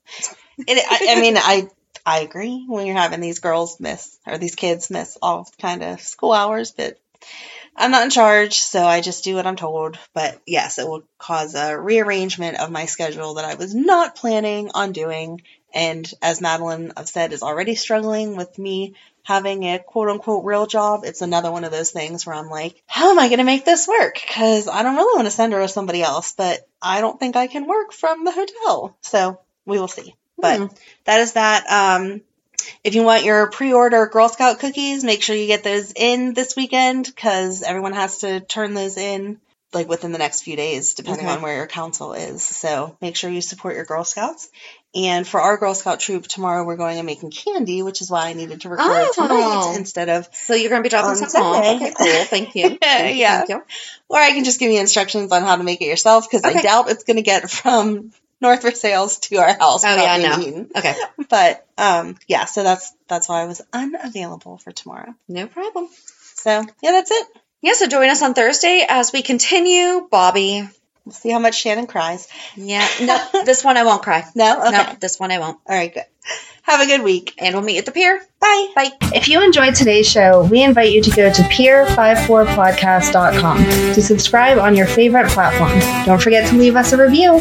[SPEAKER 2] It, I, I mean, I I agree when you're having these girls miss or these kids miss all kind of school hours, but I'm not in charge, so I just do what I'm told. But yes, it will cause a rearrangement of my schedule that I was not planning on doing. And as Madeline, I've said, is already struggling with me having a quote unquote real job. It's another one of those things where I'm like, how am I going to make this work? Because I don't really want to send her with somebody else, but I don't think I can work from the hotel. So we will see. But that is that. Um, if you want your pre-order Girl Scout cookies, make sure you get those in this weekend because everyone has to turn those in like within the next few days, depending
[SPEAKER 1] Okay.
[SPEAKER 2] on where your council is. So make sure you support your Girl Scouts. And for our Girl Scout troop tomorrow, we're going and making candy, which is why I needed to record
[SPEAKER 1] Oh.
[SPEAKER 2] tonight instead of,
[SPEAKER 1] So you're going to be dropping
[SPEAKER 2] On
[SPEAKER 1] something off.
[SPEAKER 2] Sunday.
[SPEAKER 1] Okay, cool. Thank
[SPEAKER 2] *laughs*
[SPEAKER 1] you. Thank you,
[SPEAKER 2] Yeah.
[SPEAKER 1] Thank you.
[SPEAKER 2] or I can just give you instructions on how to make it yourself because I
[SPEAKER 1] Okay.
[SPEAKER 2] doubt it's going to get *laughs* from North Versailles to our house.
[SPEAKER 1] Oh, yeah, I
[SPEAKER 2] probably
[SPEAKER 1] know.
[SPEAKER 2] eaten.
[SPEAKER 1] Okay.
[SPEAKER 2] But um, yeah, so that's that's why I was unavailable for tomorrow.
[SPEAKER 1] No problem.
[SPEAKER 2] So yeah, that's it.
[SPEAKER 1] Yeah, so join us on Thursday as we continue, Bobby.
[SPEAKER 2] We'll see how much Shannon cries.
[SPEAKER 1] Yeah,
[SPEAKER 2] *laughs*
[SPEAKER 1] no, this one I won't cry.
[SPEAKER 2] No? Okay.
[SPEAKER 1] No, this one I won't.
[SPEAKER 2] All right, good. Have a good week.
[SPEAKER 1] And we'll meet at the pier.
[SPEAKER 2] Bye.
[SPEAKER 1] Bye.
[SPEAKER 3] If you enjoyed today's show, we invite you to go to peer54podcast.com to subscribe on your favorite platform. Don't forget to leave us a review.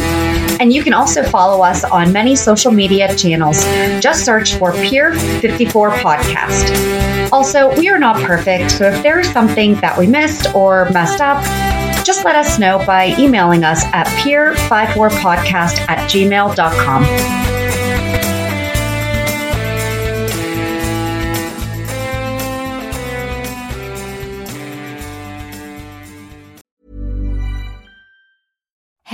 [SPEAKER 3] And you can also follow us on many social media channels. Just search for Peer54 Podcast. Also, we are not perfect, so if there is something that we missed or messed up, just let us know by emailing us at peer54podcast at gmail.com.